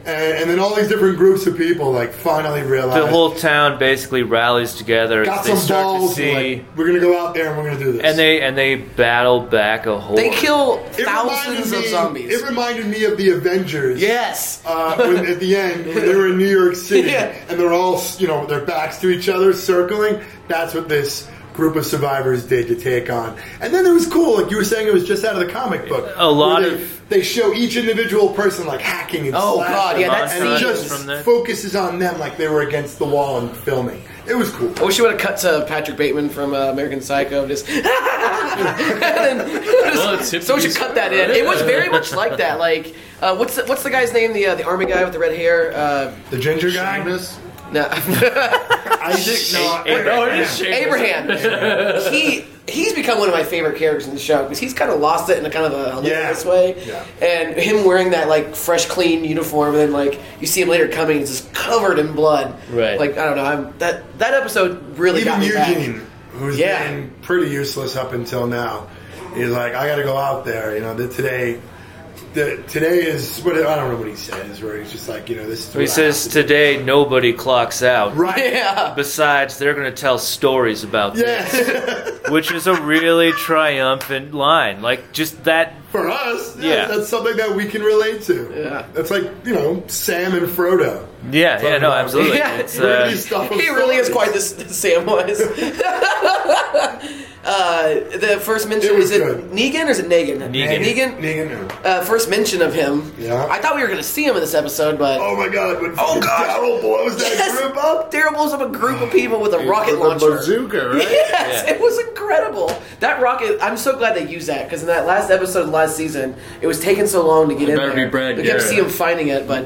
And, and then all these different groups of people like finally realize The whole town basically rallies together. got they some start balls. to and see, like, we're gonna go out there and we're gonna do this. and they and they battle back a whole. They (laughs) kill It reminded thousands of me- zombies. It reminded me of the Avengers. Yes. Uh, when, at the end, when they were in New York (laughs) City, Yeah. and they're all you know their backs to each other, circling. That's what this group of survivors did to take on. And then it was cool, like you were saying, it was just out of the comic book. A lot where they, of- they show each individual person like hacking and Oh, slashing, God, yeah, that and it scene just was from there. focuses on them like they were against the wall and filming. It was cool. Oh. I wish you would have cut to Patrick Bateman from uh, American Psycho. Just, (laughs) and (laughs) then, just so you cut that in. It was very much like that. Like, uh, what's the, what's the guy's name? The uh, the army guy with the red hair. Uh, The ginger guy. Seamus? No. Isaac? No, Abraham. Abraham. Abraham. (laughs) Abraham. he he's become one of my favorite characters in the show because he's kind of lost it in a kind of a hilarious way. And him wearing that like fresh, clean uniform, and then like you see him later coming, he's just covered in blood. Right. Like I don't know. I'm, that that episode really Even got me back. Eugene, who's been pretty useless up until now, he's like, I got to go out there. You know, the, today, the, today is what I don't know what he says. Where he's just like, you know, this. Is He what I- says today nobody clocks out. Right. (laughs) Yeah. Besides, they're going to tell stories (laughs) about this, which is a really triumphant line. Like just that (laughs) for us. Yeah, Yeah. that's something that we can relate to. Yeah, that's like you know Sam and Frodo. Yeah, yeah, no, absolutely. Yeah. It's, uh, he really is quite the, the (laughs) Samwise. uh, the first mention is it Negan or is it Negan? Negan. Negan. Negan. Uh, first mention of him. Yeah. I thought we were going to see him in this episode, but oh my god, when oh god, Daryl blows that group up. Daryl blows up a group of people with a rocket launcher. bazooka, right? Yes, it was incredible. That rocket. I'm so glad they used that because in that last episode of last season, it was taking so long to get It in better there. be Brad we kept Garrett. seeing him finding it, but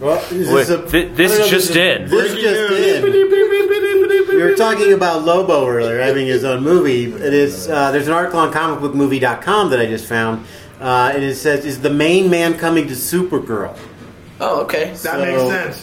Well, this Wait, is a- thi- this I don't know if just is- in. This just in. We were talking about Lobo earlier having his own movie. It is uh, there's an article on comicbookmovie.com that I just found, uh, and it says is the main man coming to Supergirl. oh okay, that So-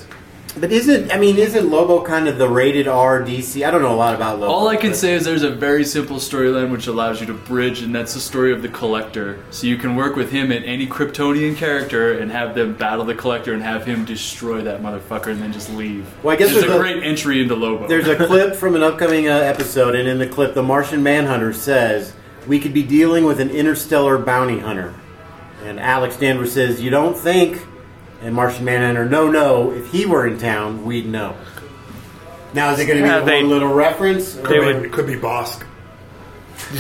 But isn't I mean isn't Lobo kind of the rated R DC? I don't know a lot about Lobo. All I can say is there's a very simple storyline which allows you to bridge, and that's the story of the Collector. So you can work with him and any Kryptonian character and have them battle the Collector and have him destroy that motherfucker and then just leave. Well, I guess it's a there's a- great entry into Lobo. There's a clip from an upcoming uh, episode, and in the clip, the Martian Manhunter says, "We could be dealing with an interstellar bounty hunter." And Alex Danvers says, "You don't think?" And Martian Manhunter, "No, no. If he were in town, we'd know." Now is it going to be Yeah, one they- little reference? they Or would- It could be Bosk.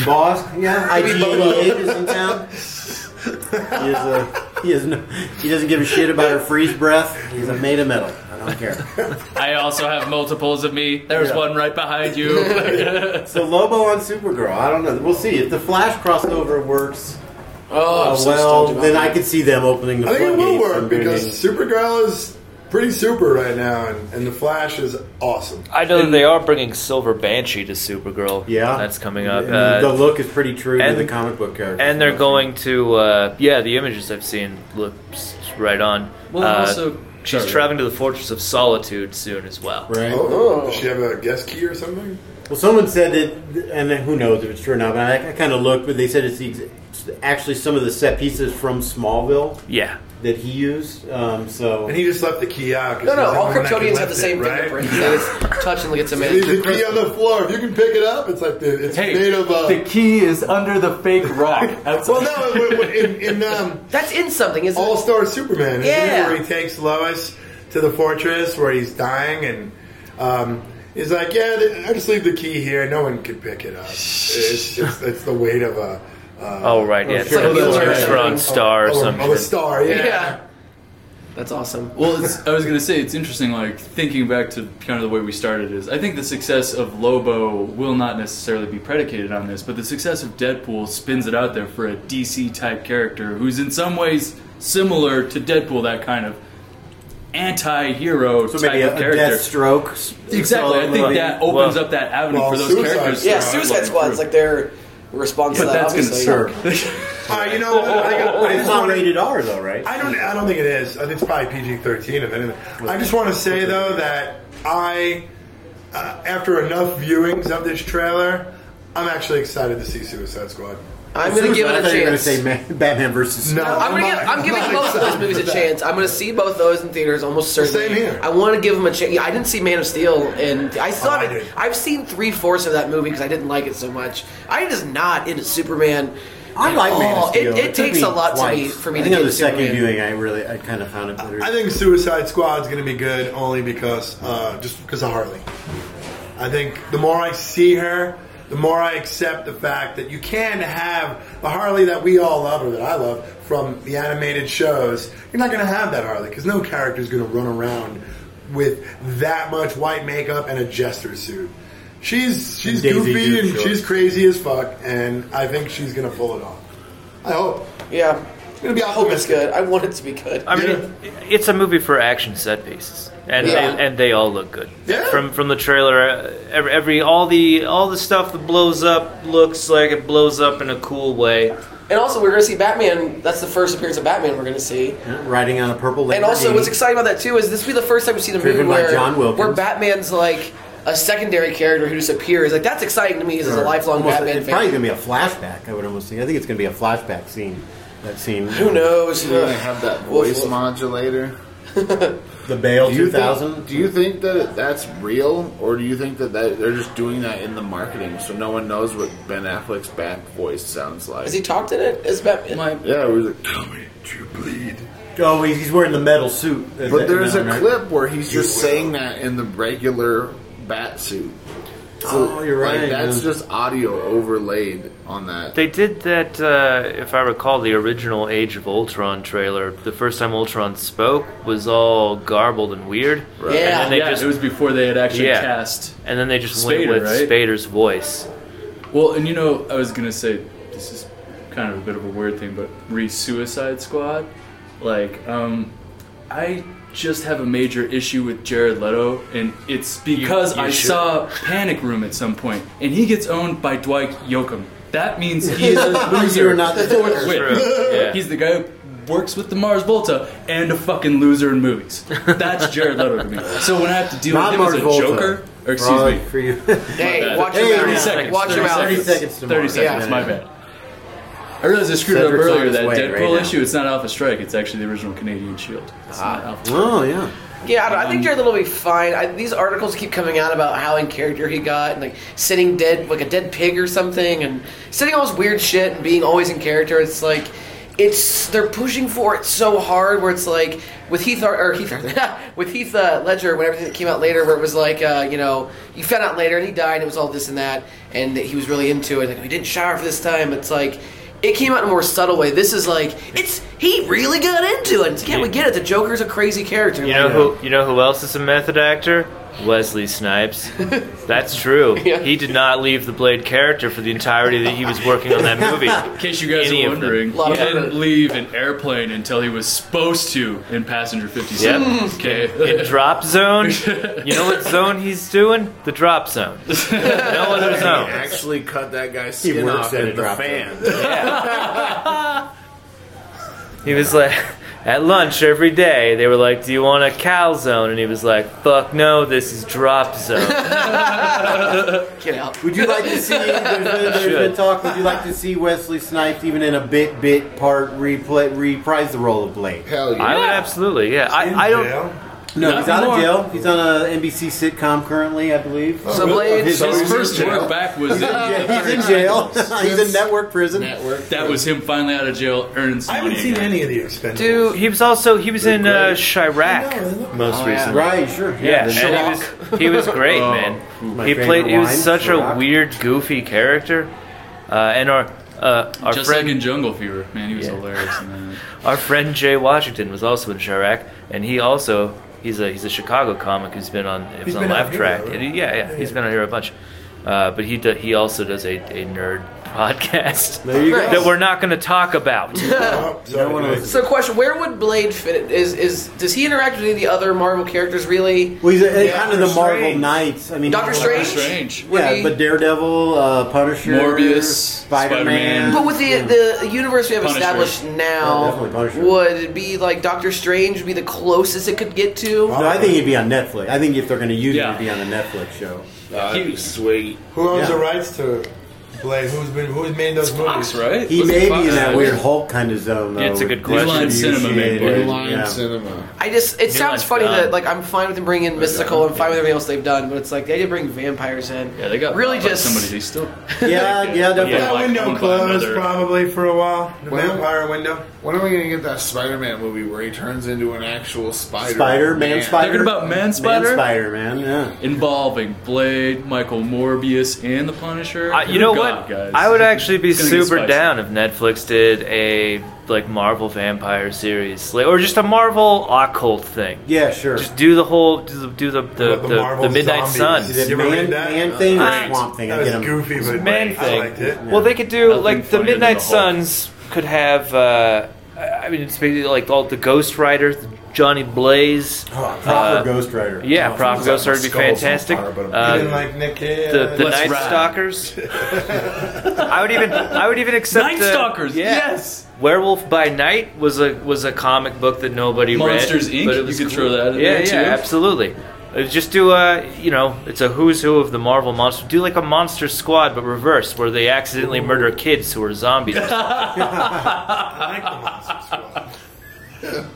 boss. Yeah, Could be IGA is in town. He is a, he is no, he doesn't give a shit about her freeze breath. He's a made of metal. I don't care. I also have multiples of me. There's Yeah. one right behind (laughs) you. So Lobo on Supergirl. I don't know. We'll see if the Flash crossover works. uh, Oh, I'm so well, stoked about then that. I could see them opening the. I think it will floodgates work and bringing- because Supergirl is pretty super right now, and, and the Flash is awesome. I know that they are bringing Silver Banshee to Supergirl. Yeah. that's coming up. And Uh, the look is pretty true and- to the comic book character. and they're going to uh, yeah. The images I've seen looks right on. Well, Uh, also- she's sorry. traveling to the Fortress of Solitude soon as well. Right. Oh, does she have a guest key or something? Well, someone said that, and who knows if it's true or not. But I, I kind of looked, but they said it's the, ex- actually some of the set pieces from Smallville Yeah. that he used. Um, so And he just left the key out. 'cause no, no. he's the All only one Kryptonians that can have the lift same it, right? fingerprints. They just touch and look at some (laughs) (laughs) Leave the key on the floor. If you can pick it up, it's like the, it's made of. Uh, key is under the fake (laughs) rock. well, no, w- w- in, in um, That's in something, isn't All Star Superman, isn't it? Yeah. where he takes Lois to the fortress where he's dying, and um, he's like, "Yeah, th- I just leave the key here. No one could pick it (laughs) up. It's, it's, it's the weight of a." Uh, Oh right, yeah. It's sure. like a That's right. neutron star or Oh, some oh, a shit. star, yeah. That's awesome. Well, it's, I was gonna say it's interesting. Like thinking back to kind of the way we started is, I think the success of Lobo will not necessarily be predicated on this, but the success of Deadpool spins it out there for a DC type character who's in some ways similar to Deadpool, that kind of anti-hero so type maybe of a, a character. Deathstroke. Exactly, I think that opens up that avenue Well, for those Suicide characters. to Yeah, explore. Suicide Squad's like their response But to that. that's gonna obviously. serve. All right, you know, I, got- I (laughs) But it's just not wanna- rated R though, right? I don't. I don't think it is. I think it's probably PG thirteen. If anything, I just want to say though that I, uh, after enough viewings of this trailer, I'm actually excited to see Suicide Squad. I'm gonna give it a You're gonna chance. say Ma- Batman versus No, I'm, gonna give, I'm giving not both of those excited movies for a that. chance. I'm going to see both those in theaters almost certainly. Same here. I want to give them a chance. I didn't see Man of Steel, and I Oh, saw I it. did. I've seen three fourths of that movie because I didn't like it so much. I just not into Superman. I at like Man of all. Steel. Oh, It, it, took takes me a lot to me, twice. for me I to think get on into the second Superman. viewing, I really, I kind of found it better. I think Suicide Squad's going to be good only because, uh, just because of Harley. I think the more I see her, the more I accept the fact that you can have the Harley that we all love or that I love from the animated shows. You're not going to have that Harley because no character's going to run around with that much white makeup and a jester suit. She's she's Daisy goofy Duke and shorts. she's crazy as fuck, and I think she's going to pull it off. I hope. Yeah, gonna be I hope it's optimistic. good. I want it to be good. I mean, it's a movie for action set pieces. and Yeah. they, and they all look good. From from the trailer, uh, every, every all the all the stuff that blows up looks like it blows up in a cool way. And also, we're going to see Batman. That's the first appearance of Batman we're going to see. Riding on a purple And also, Lamborghini. what's exciting about that too is this will be the first time we've seen a movie Driven by where John Wilkins. where Batman's like a secondary character who just appears. Like that's exciting to me as a Or lifelong almost- Batman It's probably fan. going to be a flashback. I would almost think. I think it's going to be a flashback scene. That scene. Who knows? Do they have that voice modulator? the Bale Do you think- 2000? do you think that it- that's real, or do you think that, that they're just doing that in the marketing so no one knows what Ben Affleck's bat voice sounds like? Has he talked in it as Batman? yeah, it was like, tell me, do you bleed? Oh, he's he's wearing the metal suit. Is But that- there's no, a right? clip where he's just saying that in the regular bat suit. Oh, you're like, right, that's yeah. just audio overlaid on that. They did that, uh, if I recall, the original Age of Ultron trailer. The first time Ultron spoke was all garbled and weird. Right. Yeah. and then they (laughs) Yeah, just, it was before they had actually cast And then they just Spader, went with right? Spader's voice. Well, and you know, I was gonna say this is kind of a bit of a weird thing, but re Suicide Squad, like, um, I just have a major issue with Jared Leto, and it's because you I should. saw Panic Room at some point, and he gets owned by Dwight Yoakam. That (laughs) means he is a loser. You're not the Fourth True. whip. Yeah. He's the guy who works with the Mars Volta and a fucking loser in movies. That's Jared Leto to me. So when I have to deal Not with him Mars as a Volta. Joker, or excuse Wrong me, for you. my Hey, bad. watch Hey, your mouth. 30 seconds. Watch your 30 mouth. seconds. 30 seconds, my bad. I realized I screwed Cedric's up on earlier. his That way Deadpool right now. issue, it's not Alpha Strike, it's actually the original Canadian Shield. It's not Alpha Oh, yeah. Yeah, I, don't, I Um, think Jared Little will be fine. I, these articles keep coming out about how in character he got, and like sitting dead, like a dead pig or something, and sitting all this weird shit and being always in character. It's like, it's they're pushing for it so hard. Where it's like with Heath Ar- or Heath Ar- (laughs) with Heath uh, Ledger, when everything that came out later, where it was like, uh, you know, you found out later and he died, and it was all this and that, and that he was really into it. Like we didn't shower for this time. It's like. It came out in a more subtle way. This is like it's he really got into it. Can't we get it? The Joker's a crazy character. You know who? You know who else is a method actor? Wesley Snipes. That's true. He did not leave the Blade character for the entirety that he was working on that movie. In case you guys Any of are them. wondering, Lot he of didn't them. leave an airplane until he was supposed to in Passenger 57. Yep. (laughs) (laughs) Okay. In drop zone. You know what zone he's doing? The drop zone. No other He zone. actually cut that guy's He skin works off at a in the drop fan. He was like, (laughs) at lunch every day, they were like, "Do you want a calzone?" And he was like, "Fuck no, this is drop zone." Get out. (laughs) Would you like to see? There's been, there's been Should. talk. Would you like to see Wesley Snipes even in a bit bit part replay reprise the role of Blade? Hell I would absolutely, yeah. I, I don't. No, he's out Not of more. jail. He's on a NBC sitcom currently, I believe. So Blade- So his first jail. work back was in Yeah, he's in jail. (laughs) (laughs) he's in network prison. (laughs) That was him finally out of jail, earning some I haven't seen any of the expenses. Dude, he was also he was in uh, Oh, Chirac. Oh, Most recent. Right, sure. Yeah, the and network. he was he was (laughs) great, Oh, man. my he favorite played. He was line, such Chirac. a weird, goofy character, uh, and our uh, our Just friend like in Jungle Fever. Man, he was hilarious in that. our friend Jay Washington was also in Chirac, and he also he's a he's a Chicago comic who's been on he was He's on been on Laugh here, Track. right? And he- yeah, yeah, he's been on here a bunch. Uh, but he do, he also does a, a nerd (laughs) podcast There you go. that we're not going to talk about. (laughs) so, question: Where would Blade fit? Is is does he interact with any of the other Marvel characters? Really? Well, he's a, kind of the Marvel Knights. I mean, Doctor Strange? Would Yeah, he- but Daredevil, uh, Punisher, Morbius, Spider Man. But with the the universe we have Hmm. Punisher. established Yeah, now, definitely Punisher. would it be like Doctor Strange would be the closest it could get to? No, I think he'd be on Uh, Netflix. I think if they're going to use him, he'd be on the Netflix show. He was sweet. Who owns Yeah. the rights to Blade? Who's been who's made those movies? right? He may be in that weird Hulk kind of zone, though. uh, It's a with good question. distribution Inline cinema, maybe. and- Inline yeah. cinema. I just it New sounds Line's funny gone. that like I'm fine with them bringing uh, mystical, I'm fine with everything else they've done, but it's like they did bring vampires in. Yeah, they got really bought by just somebody they still. (laughs) Yeah, yeah, definitely. That window closed probably for a while. The When- vampire window. When are we gonna get that Spider-Man movie where he turns into an actual spider? Spider, man, spider. Talking about Man Spider? Spider, man, yeah. Involving Blade, Michael Morbius, and the Punisher. I, you Good know what? God, Guys. I would actually be It's gonna get super spicy. down if Netflix did a like Marvel vampire series, like, or just a Marvel occult thing. Yeah, sure. Just do the whole do the do the the, about the the, the Marvel Midnight zombies? Sun. Is it You ever Man- read that? Man Thing or Uh, Swamp Thing? I That was get 'em. goofy, It's but Man I Thing. liked it. Well, they could do Nothing like the funnier than Midnight the Hulk. Suns could have. Uh, I I mean, it's basically like all the Ghost Rider, Johnny Blaze. Oh, proper Ghost Rider. Yeah, Oh, sounds proper like Ghost Rider would be Skull from fantastic. Fire, but I'm- Uh, Even like Nick Cage. uh, the, the Let's Night ride. (laughs) Stalkers. I would even I would even accept Night the- Stalkers, yes. Werewolf by Night was a was a comic book that nobody Monsters, read. Inc., But it you was could cool. throw that in yeah, there, yeah, too. absolutely. Uh, Just do a you know it's a who's who of the Marvel monster. Do like a Monster Squad but reverse, where they accidentally murder kids who are (laughs) zombies.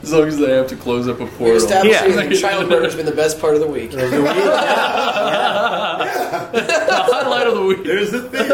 As long as they have to close up a We're portal. establishing that child murder has been the best part of the week. highlight of (laughs) the week. There's (laughs) the thing.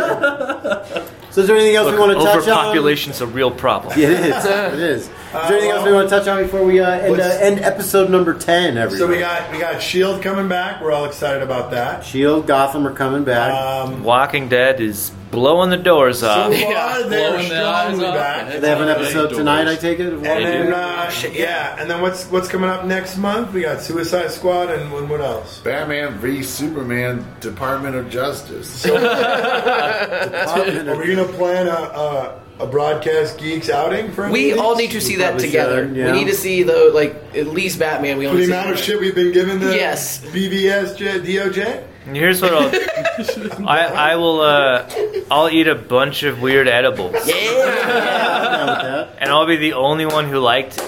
So is there anything else (laughs) Look, we want to touch on? overpopulation's a real problem. Yeah, (laughs) it is. it is. Is there anything else we want to touch on before we uh, end, uh, end episode number ten? Everyone. So we got we got Shield E coming back. We're all excited about that. Shield, Gotham are coming back. Uh, Walking Dead is blowing the doors Uh, off. So far, they're blowing their eyes strongly off. back. they have an episode tonight, I take it. uh, And then, uh, yeah, and then what's what's coming up next month? We got Suicide Squad and what- what else? Batman v Superman, Department of Justice. Department (laughs) of- Are we gonna plan a, a, a broadcast geeks outing for? We all need to see that together. We need to see though, like at least Batman. We For only the see amount of shit we've been given the Yes. BBS J, DOJ. And here's what I'll (laughs) I, I will uh, I'll eat a bunch of weird edibles. And I'll be the only one who liked it.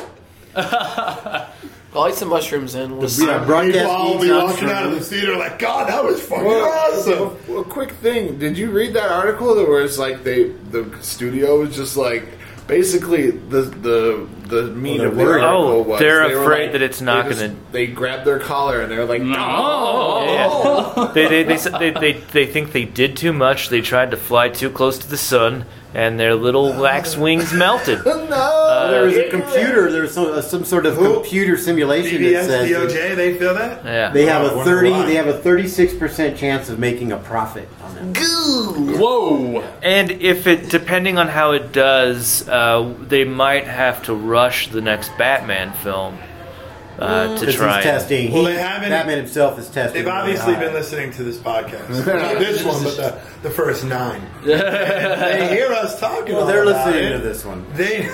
I'll eat some mushrooms and we'll The- yeah, broadcast We'll all be geeks out walking out of from- the theater like, God, that was fucking Well, a, a quick thing. Did you read that article that where it's like they the studio was just like basically the the the meat they're of the worried. article Oh, was they're they were afraid like- that it's not they just- gonna- They grabbed their collar and they're like, Oh, Oh, no. Oh. Yeah. (laughs) They, they, they, s- they, they, they think they did too much. They tried to fly too close to the sun, and their little (laughs) wax wings melted. "Oh, no. there was a computer. There was some, uh, some sort of computer simulation that BBS says DOJ. They feel that. Yeah. they have I a wonder thirty. why. They have a thirty-six percent chance of making a profit on that. Goo! Whoa! And if it, depending on how it does, uh, they might have to rush the next Batman film Mm. uh, to This is try. and- testing. Well, He- they haven't- Batman himself is testing. They've really obviously high. been listening to this (laughs) podcast. Not this one, but the, the first (laughs) nine. they hear us talking. Well, all they're about listening it. to this one. They (laughs)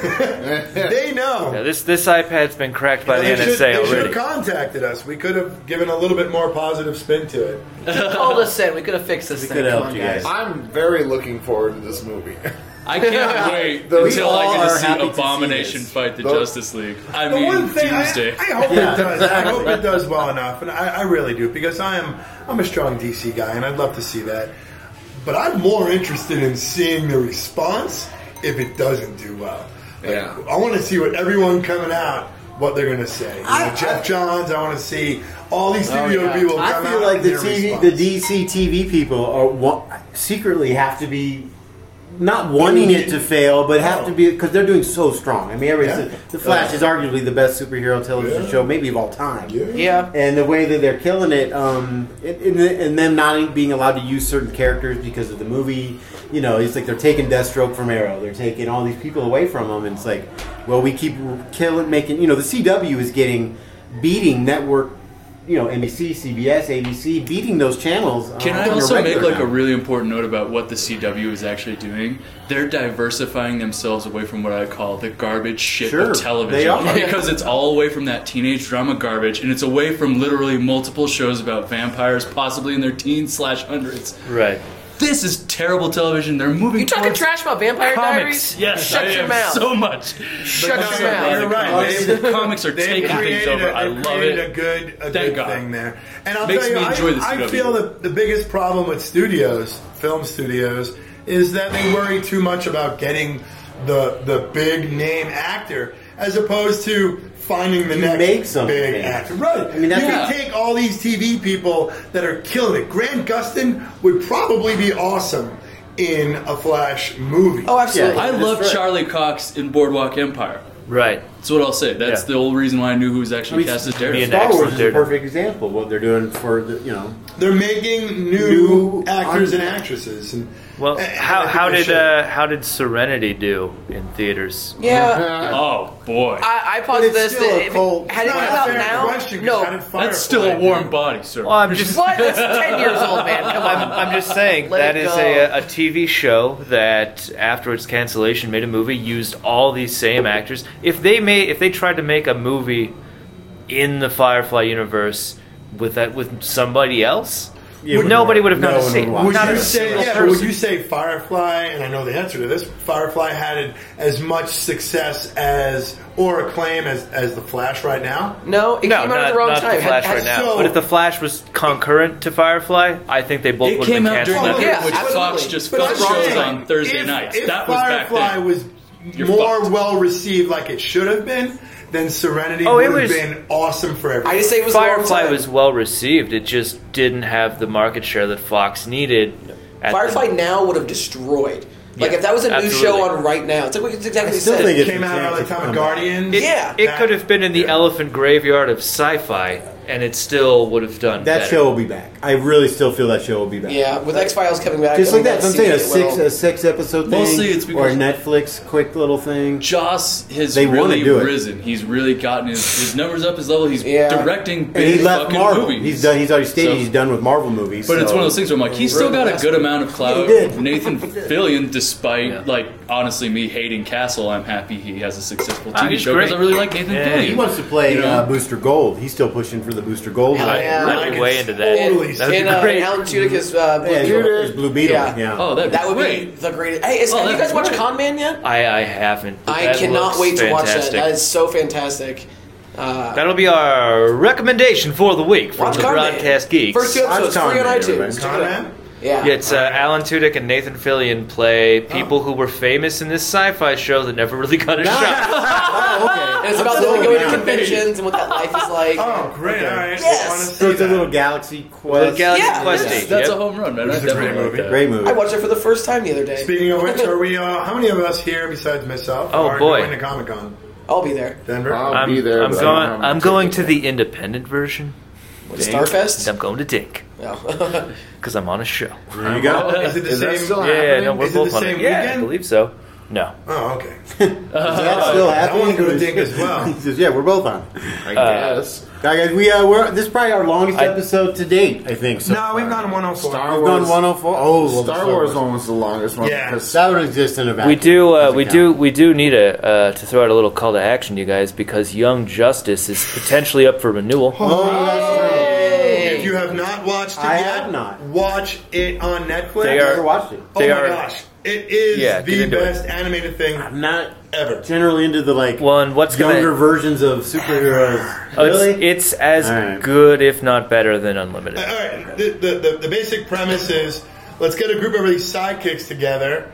they know. Yeah, this this iPad's been cracked by they the should, NSA they should have already. contacted us. We could have given a little bit more positive spin to it. called us in. We could have fixed this. We could help you guys. I'm very looking forward to this movie. (laughs) I can't wait We until I all get are to see happy to see Abomination this. fight the The- Justice League. I the mean, one thing I, Doomsday. I hope Yeah, it does. I hope exactly. it does well enough, and I, I really do because I am I'm a strong DC guy, and I'd love to see that. But I'm more interested in seeing the response if it doesn't do well. Like, Yeah. I want to see what everyone coming out what they're going to say. You know, Jeff Johns, I want to see all these studio people come Oh, I feel out like and the their TV, response. the DC TV people are wa- secretly have to be not wanting it to fail, but have to be because they're doing so strong. I mean, everybody Oh. Yeah. says the Flash is arguably the best superhero television show maybe of all time. Yeah. And the way that they're killing it, um, and, and, and them not being allowed to use certain characters because of the movie, you know, it's like they're taking Deathstroke from Arrow, they're taking all these people away from them, and it's like, well, we keep killing, making, you know, the CW is getting beating network, you know, NBC, CBS, ABC, beating those channels. um, Can I on a also make regular like a now. really important note about what the CW is actually doing? They're diversifying themselves away from what I call the garbage shit Sure, of television. they are. (laughs) Because it's all away from that teenage drama garbage and it's away from literally multiple shows about vampires, possibly in their teens slash hundreds. Right. This is terrible television. They're moving You talking towards trash about Vampire comics. Diaries? Yes, Shut I your am mouth. so much. Shut But your no, mouth. no, You're the right. comics- They've- The comics are they've taking things created over. a- I they've love created it. A good, a Thank good God. thing there. And I'll Makes tell you, me enjoy I, the I CW. feel that the biggest problem with studios, film studios, is that they worry too much about getting the the big name actor as opposed to finding the You next make something. big actor. Right. I mean, that's you Yeah. can take all these TV people that are killing it. Grant Gustin would probably be awesome in a Flash movie. Oh, absolutely. I That's love right. Charlie Cox in Boardwalk Empire. Right. That's what I'll say. That's the whole reason why I knew who was actually cast as Daredevil. Star Wars is a perfect example of what they're doing for the you know. They're making new, actors and actresses. And Well, how, Eh, think how they did should. uh, how did Serenity do in theaters? Yeah. oh boy. I, I paused this. that if it- had it come out now, no, That's still a warm body, sir. Well, I'm just What? (laughs) That's 10 years old, man. Come on. I'm, I'm just saying Let that it is go. a, a TV show that after its cancellation made a movie used all these same actors. If they made if they tried to make a movie in the Firefly universe with that with somebody else, nobody would have no noticed. one it. would watch. Not Would a you say, single yeah, but would person. you say Firefly? And I know the answer to this. Firefly had as much success as or acclaim as as the Flash right now. No, it No, not, not the Flash right now. but if the Flash was concurrent to Firefly, I think they both It would have came been out during canceled. that period, which Fox just But I'm fucked shows saying, on Thursday if- nights. If that was back Firefly then. was You're more well received, like it should have been, then Serenity Oh, it would have was- been awesome for everyone. Firefly was well received. It just didn't have the market share that Fox needed. (laughs) At Firefly now would have destroyed. Like Yeah, if that was a new absolutely. show on right now, it's like what it's exactly the same. Guardians. It, Yeah. it could have been in the elephant graveyard of sci-fi, and it still would have done. That better. show will be back. I really still feel that show will be back. Yeah, with X Files coming back, Just I mean, like that. So I'm saying a seems six well- a six episode thing, Mostly it's or a because- Netflix quick little thing. Joss has They wanna really do it. risen. He's really gotten his, his numbers up, his level. He's directing And big he left fucking Marvel. movies. He's done. He's already stated So- he's done with Marvel movies. But it's so- one of those things where I'm like, he's still got a good amount of clout. (laughs) (laughs) Nathan Fillion, despite like honestly me hating Castle, I'm happy he has a successful Ah, TV show because I really like Nathan Fillion. He wants to play You know? uh, Booster Gold. He's still pushing for the Booster Gold. Hell role. yeah. I'd be way into that. And, and, uh, and Alan Tudyk is uh, Blue Yeah, he's- Beetle. he's Blue Beetle, yeah. Oh, that'd be that would be great. the greatest. Hey, is, Oh, have you that'd guys be watched great. Con Man yet? I, I haven't. but I that cannot looks wait to watch that. fantastic. That is so fantastic. Uh, That'll be our recommendation for the week from Watch the Con Man. broadcast geeks. First two episodes free on iTunes. Check it out. Yeah. it's uh, Alan Tudyk and Nathan Fillion Oh. play people who were famous in this sci-fi show that never really got a shot. And it's I'm about them sold going to now. conventions and what that life is like. Oh, great! Okay. Yes. (laughs) So it's a little Galaxy Quest. Little Galaxy Yeah, Quest that's- that's a home run, man. This I is a definitely great like movie. that. Great movie. I watched it for the first time the other day. Speaking of which, are we? Uh, how many of us here besides myself? Oh, are boy. Uh, going to Comic Con. I'll be there. Denver. I'm, I'm going. I'm going to the independent version. What, Starfest? I'm going to Dink. Because I'm on a show. There you go. Is it the Is that same- still yeah, happening? no, we're Is it both the on same Yeah, I weekend? believe so. No. Oh, okay. (laughs) that still happening? I want to go to (laughs) Dink as well. He says, yeah, we're both on. I uh, guess. guys, we uh, we're this is probably our longest episode to date. I think (laughs) so. no, we've gone 104. We've gone 104. Oh, well, the Star Wars one was the longest one. Yeah. because that one exists in a vacuum. We do. Uh, Doesn't we count. do. We do need a uh, to throw out a little call to action, you guys, because Young Justice is potentially up for renewal. Oh, Oh, If you have not watched it I yet, have not. watch it on Netflix. They are- Never watched it. Oh they my are- gosh. It is Yeah, get the into it. best animated thing. I'm not ever generally into the like well, and what's gonna- younger versions of superheroes. (sighs) Oh, it's- It's, as good, if not better, than Unlimited. All right. The, the, the, the basic premise is let's get a group of these sidekicks together,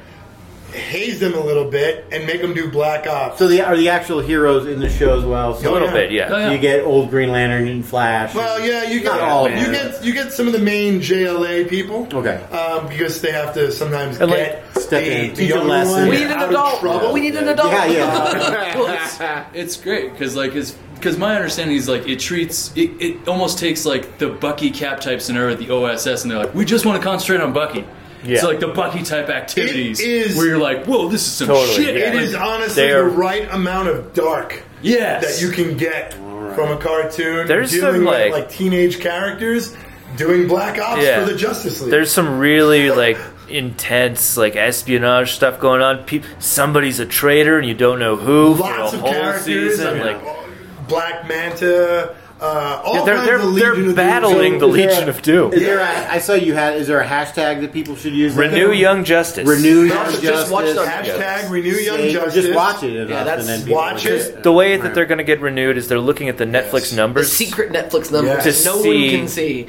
haze them a little bit, and make them do black ops. So the are the actual heroes in the show as well? So A little bit, yeah. Oh, So you get old Green Lantern and Flash. Well, yeah, you get Not all Oh, of you them. get you get some of the main JLA people. Okay. um, because they have to sometimes And, like, get step the, in, the teach 'em younger lessons. ones We need an out of adult. trouble. We need an adult. Yeah, yeah. well, it's, (laughs) it's great because like his because my understanding is like it treats it, it almost takes like the Bucky Cap type scenario at the OSS and they're like we just want to concentrate on Bucky. Yeah. So like the Bucky type activities It is- where you're like whoa this is some shit. It Like, is honestly the right amount of dark. Yes. that you can get from a cartoon. There's dealing some, with, like- teenage characters doing black ops for the Justice League. There's some really like intense like espionage stuff going on. Pe- somebody's a traitor and you don't know who Lots for a of whole characters, season. I mean, like Black Manta. Uh, all Yeah, they're- kinds they're- of Legion they're of Doom. battling the Legion of Doom. Is there a, I saw you had. Is there a hashtag that people should use? Renew Young Justice. Renew Young Just- Justice. just watch the hashtag Renew Young Save- Justice. Just watch it. enough and then people like The way that they're going to get renewed is they're looking at the Netflix numbers. secret Netflix numbers Yes. no See- one can see.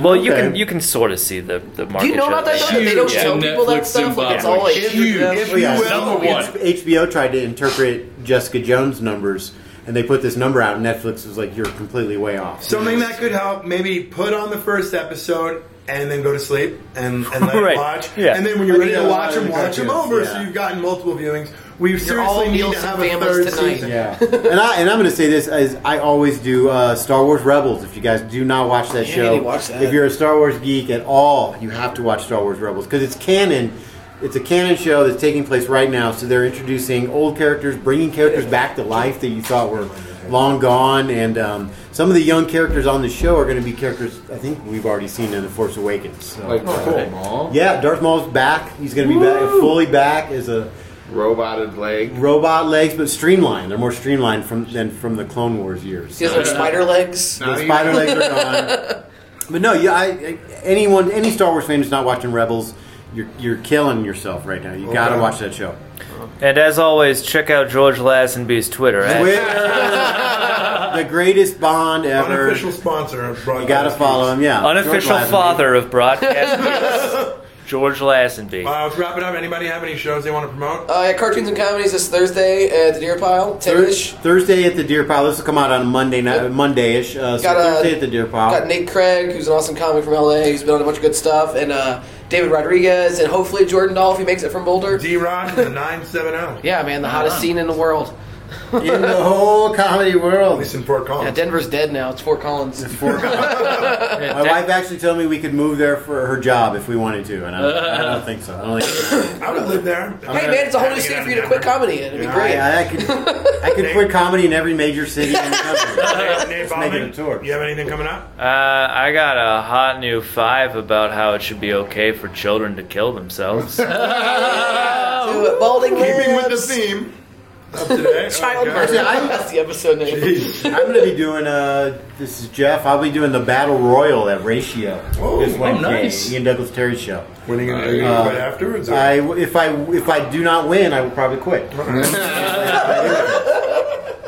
Well, you Okay. can you can sort of see the the market. you know about that share. stuff? They don't Huge. show people that Netflix stuff? Like, it's all, like, Huge. huge. Oh, If you will. Number one. HBO tried to interpret Jessica Jones numbers, and they put this number out. and Netflix was like, "You're completely way off." Something that could help, maybe put on the first episode and then go to sleep and, and (laughs) let Right, it watch. yeah. And then when you're I ready think to a watch lot of them, the watch them cartoons, over. yeah. So you've gotten multiple viewings We You're all seriously need to Nielsen have a families third tonight. season. Yeah. (laughs) and I and I'm going to say this as I always do. Uh, Star Wars Rebels. If you guys do not watch that Yeah, you show, need to watch that. if you're a Star Wars geek at all, you have to watch Star Wars Rebels because it's canon. It's a canon show that's taking place right now. So they're introducing old characters, bringing characters back to life that you thought were long gone, and um, some of the young characters on the show are going to be characters I think we've already seen in The Force Awakens. So. Like Darth Cool. Maul? Yeah, Darth Maul's back. He's going to be back, Woo! fully back as a roboted leg. Robot legs, but streamlined. They're more streamlined from than from the Clone Wars years. He has like spider legs. The spider legs are gone. But no, yeah, I, I, anyone, any Star Wars fan who's not watching Rebels, you're you're killing yourself right now. You got to Okay. watch that show. And as always, check out George Lazenby's Twitter. at- the greatest Bond ever. Unofficial sponsor of broadcast. You got to follow him. Yeah, Unofficial George Lazenby. father (laughs) of broadcast. George Lazenby. Uh, let's wrap it up. Anybody have any shows they want to promote? Uh, yeah, cartoons and comedies this Thursday at the Deer Pile. Ten-ish. Thursday at the Deer Pile. This will come out on Monday night, Monday-ish. Uh, so Got a- Thursday at the Deer Pile. Got Nate Craig, who's an awesome comic from LA, who's been on a bunch of good stuff, and uh, David Rodriguez, and hopefully Jordan Dahl if he makes it from Boulder. D (laughs) Rock the nine seven oh. zero. Yeah, man, the hottest scene in the world. in the whole comedy world. At least in Fort Collins. Yeah, Denver's dead now. It's Fort Collins. It's Fort My wife actually told me we could move there for her job if we wanted to, and I don't, I don't think so. I (laughs) don't think I would live there. hey, man, it's a whole new city for you to quit comedy in. It'd be great. I, I could, I could quit comedy in every major city in the (laughs) country. Nate Bauman, you have anything coming up? Uh, I got a hot new five about how it should be okay for children to kill themselves. (laughs) To Balding Keeping with the Labs. theme of today. (laughs) Child Okay. murder. (laughs) That's the episode (laughs) name. I'm going to be doing. Uh, this is Jeff. I'll be doing the Battle Royal at Ratio this Wednesday. Oh, nice. Ian Douglas Terry show. When are you going to do Uh, right afterwards? (laughs) or- I if I if I do not win, I will (laughs) probably quit.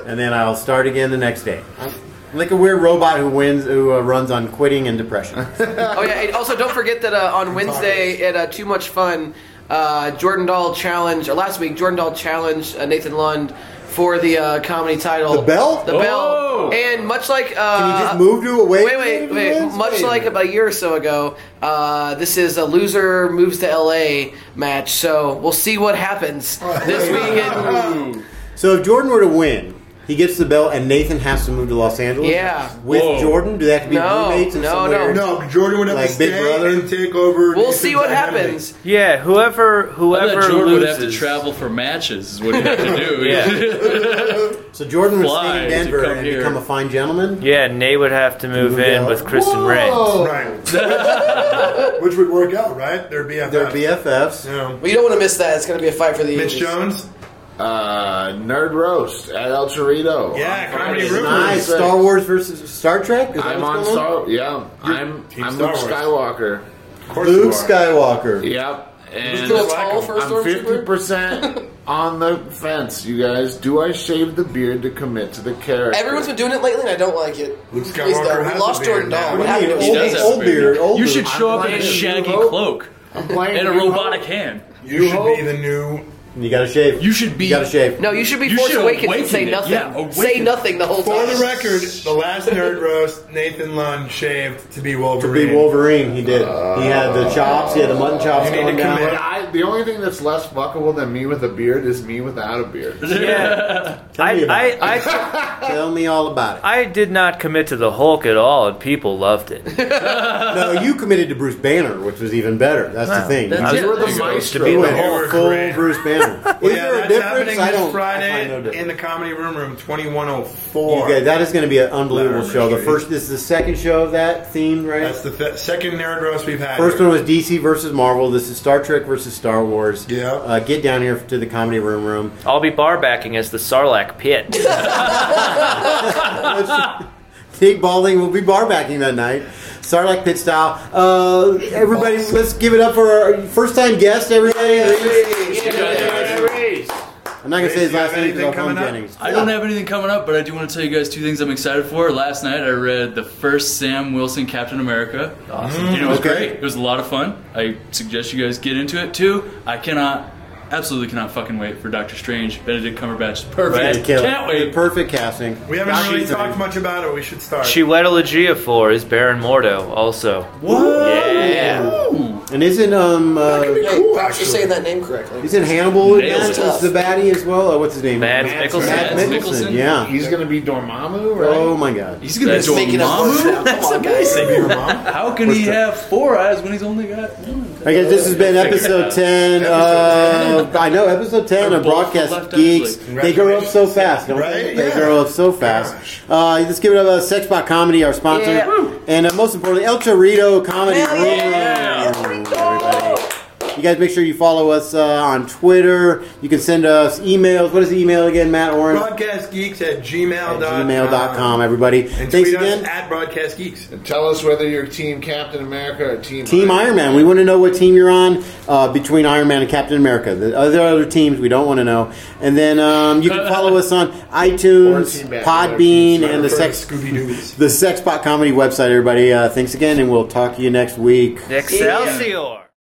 and then I'll start again the next day. I'm like a weird robot who wins who uh, runs on quitting and depression. oh yeah. And also, don't forget that uh, on Wednesday at uh, Too Much Fun, uh, Jordan Dahl challenged. Or last week, Jordan Dahl challenged uh, Nathan Lund for the uh, comedy title. The belt? The Oh. bell. And much like, uh, Can you just move to a weight Wait, wait, division, wait. please? Much Wait. like about a year or so ago, uh, this is a loser moves to LA match. So we'll see what happens this weekend. so if Jordan were to win, he gets the belt, and Nathan has to move to Los Angeles. Yeah. with Whoa. Jordan, do they have to be No, roommates? in no, some no. weird- no, Jordan would have like to Big stay Brother? and take over. We'll Nathan's see what identity. happens. yeah, whoever I whoever thought Jordan loses. would have to travel for matches. Is what he had (laughs) to do. (laughs) So Jordan would Fly stay in to Denver come and here. become a fine gentleman. Yeah, Nate would have to move in with Kristen Ray. Oh. Right. (laughs) Which would work out, right? There'd be They're BFFs. Yeah. Well, you don't want to miss that. It's going to be a fight for the Mitch ages. Jones? Uh, Nerd Roast at El Torito. Yeah, on Comedy Friday. Room. Nice. Star Wars versus Star Trek. Is that I'm on what's going Star. Yeah, I'm. Team I'm Star Luke Wars. Skywalker. Luke Skywalker. Yep. And still a tall first I'm stormtrooper? fifty percent on the fence, you guys. Do I shave the beard to commit to the character? Everyone's been doing it lately, and I don't like it. Luke Please don't. Skywalker We has lost a Jordan beard Dahl. now. What He happened? does to his have face? a Old beard, old You beard. should show up in a I'm shaggy playing cloak I'm playing and a New robotic Hope. hand. You should be the new. You gotta shave. You should be. You gotta shave. No, you should be You Force should Awakens and awaken say it. nothing. Yeah, awaken say it. nothing the whole For time. the record, the (laughs) last nerd roast, Nathan Lund shaved to be To Wolverine. be Wolverine, he did. he had the chops. He had the mutton chops You need to going down. commit. I, the only thing that's less fuckable than me with a beard is me without a beard. (laughs) Yeah. Tell me I, about it. I, I, Tell me all about it. I did not commit to the Hulk at all, and people loved it. No, you committed to Bruce Banner, which was even better. That's the thing. You That's did- it. You're the There you go. maestro. To be you the went Hulk. were full great. Bruce Banner. (laughs) Is yeah, there a that's difference? happening I don't. I this find no Friday difference. in the Comedy Room Room You 2104. guys, that is going to be an unbelievable Larry show. The Street. first, this is the second show of that theme, right? That's the th- second nerd roast we've had. First one was DC versus Marvel. This is Star Trek versus Star Wars. Yeah. Uh, get down here to the comedy room room. I'll be bar backing as the Sarlacc pit. Big Balding will be bar backing that night. Sarlacc pit style. Uh, everybody, let's give it up for our first time guest, everybody. I'm not going to say his Do you last have name because I'll anything call him coming up? Jennings. I don't have anything coming up, but I do want to tell you guys two things I'm excited for. Last night I read the first Sam Wilson Captain America. Awesome. it was Okay. great. It was a lot of fun. I suggest you guys get into it too. I cannot, absolutely cannot fucking wait for Doctor Strange. Benedict Cumberbatch. Perfect. Kill it. Can't wait. Perfect casting. We haven't really She's talked amazing. much about it. We should start. Chiwetel Ejiofor is Baron Mordo, also. Whoa. Yeah. Ooh. And isn't um uh, She's saying that name correctly. isn't Hannibal in Nails that? it. Is the baddie as well? Oh, what's his name? Mads Mikkelsen. Mads Mads Mikkelsen, Mikkelsen? Yeah, He's gonna be Dormammu, right? Oh my god, He's gonna That's making up Dormammu? words now. That's Come on, guys. amazing. How can he have four eyes when he's only got one? I guess this has been episode ten. Uh, I know episode ten of Broadcast Geeks. They grow up so fast, don't they? They grow up so fast. Uh, let's give it up, uh, Sexbot Comedy, our sponsor, Yeah. and uh, most importantly, El Torito Comedy. Hell Room. Everybody. You guys make sure you follow us uh, on Twitter. You can send us emails. What is the email again, Matt Orange? (laughs) Broadcastgeeks at gmail.com. Gmail.com, everybody. And Thanks tweet again. us at Broadcast Geeks. And tell us whether you're Team Captain America or Team Team Iron Man. We want to know what team you're on uh, between Iron Man and Captain America. The other other teams we don't want to know. And then um, you can follow us on iTunes, Team Batman. Podbean, Sorry and the for Sex Scooby Doobies. the Sexbot Comedy website. Everybody, uh, thanks again, and we'll talk to you next week. Excelsior!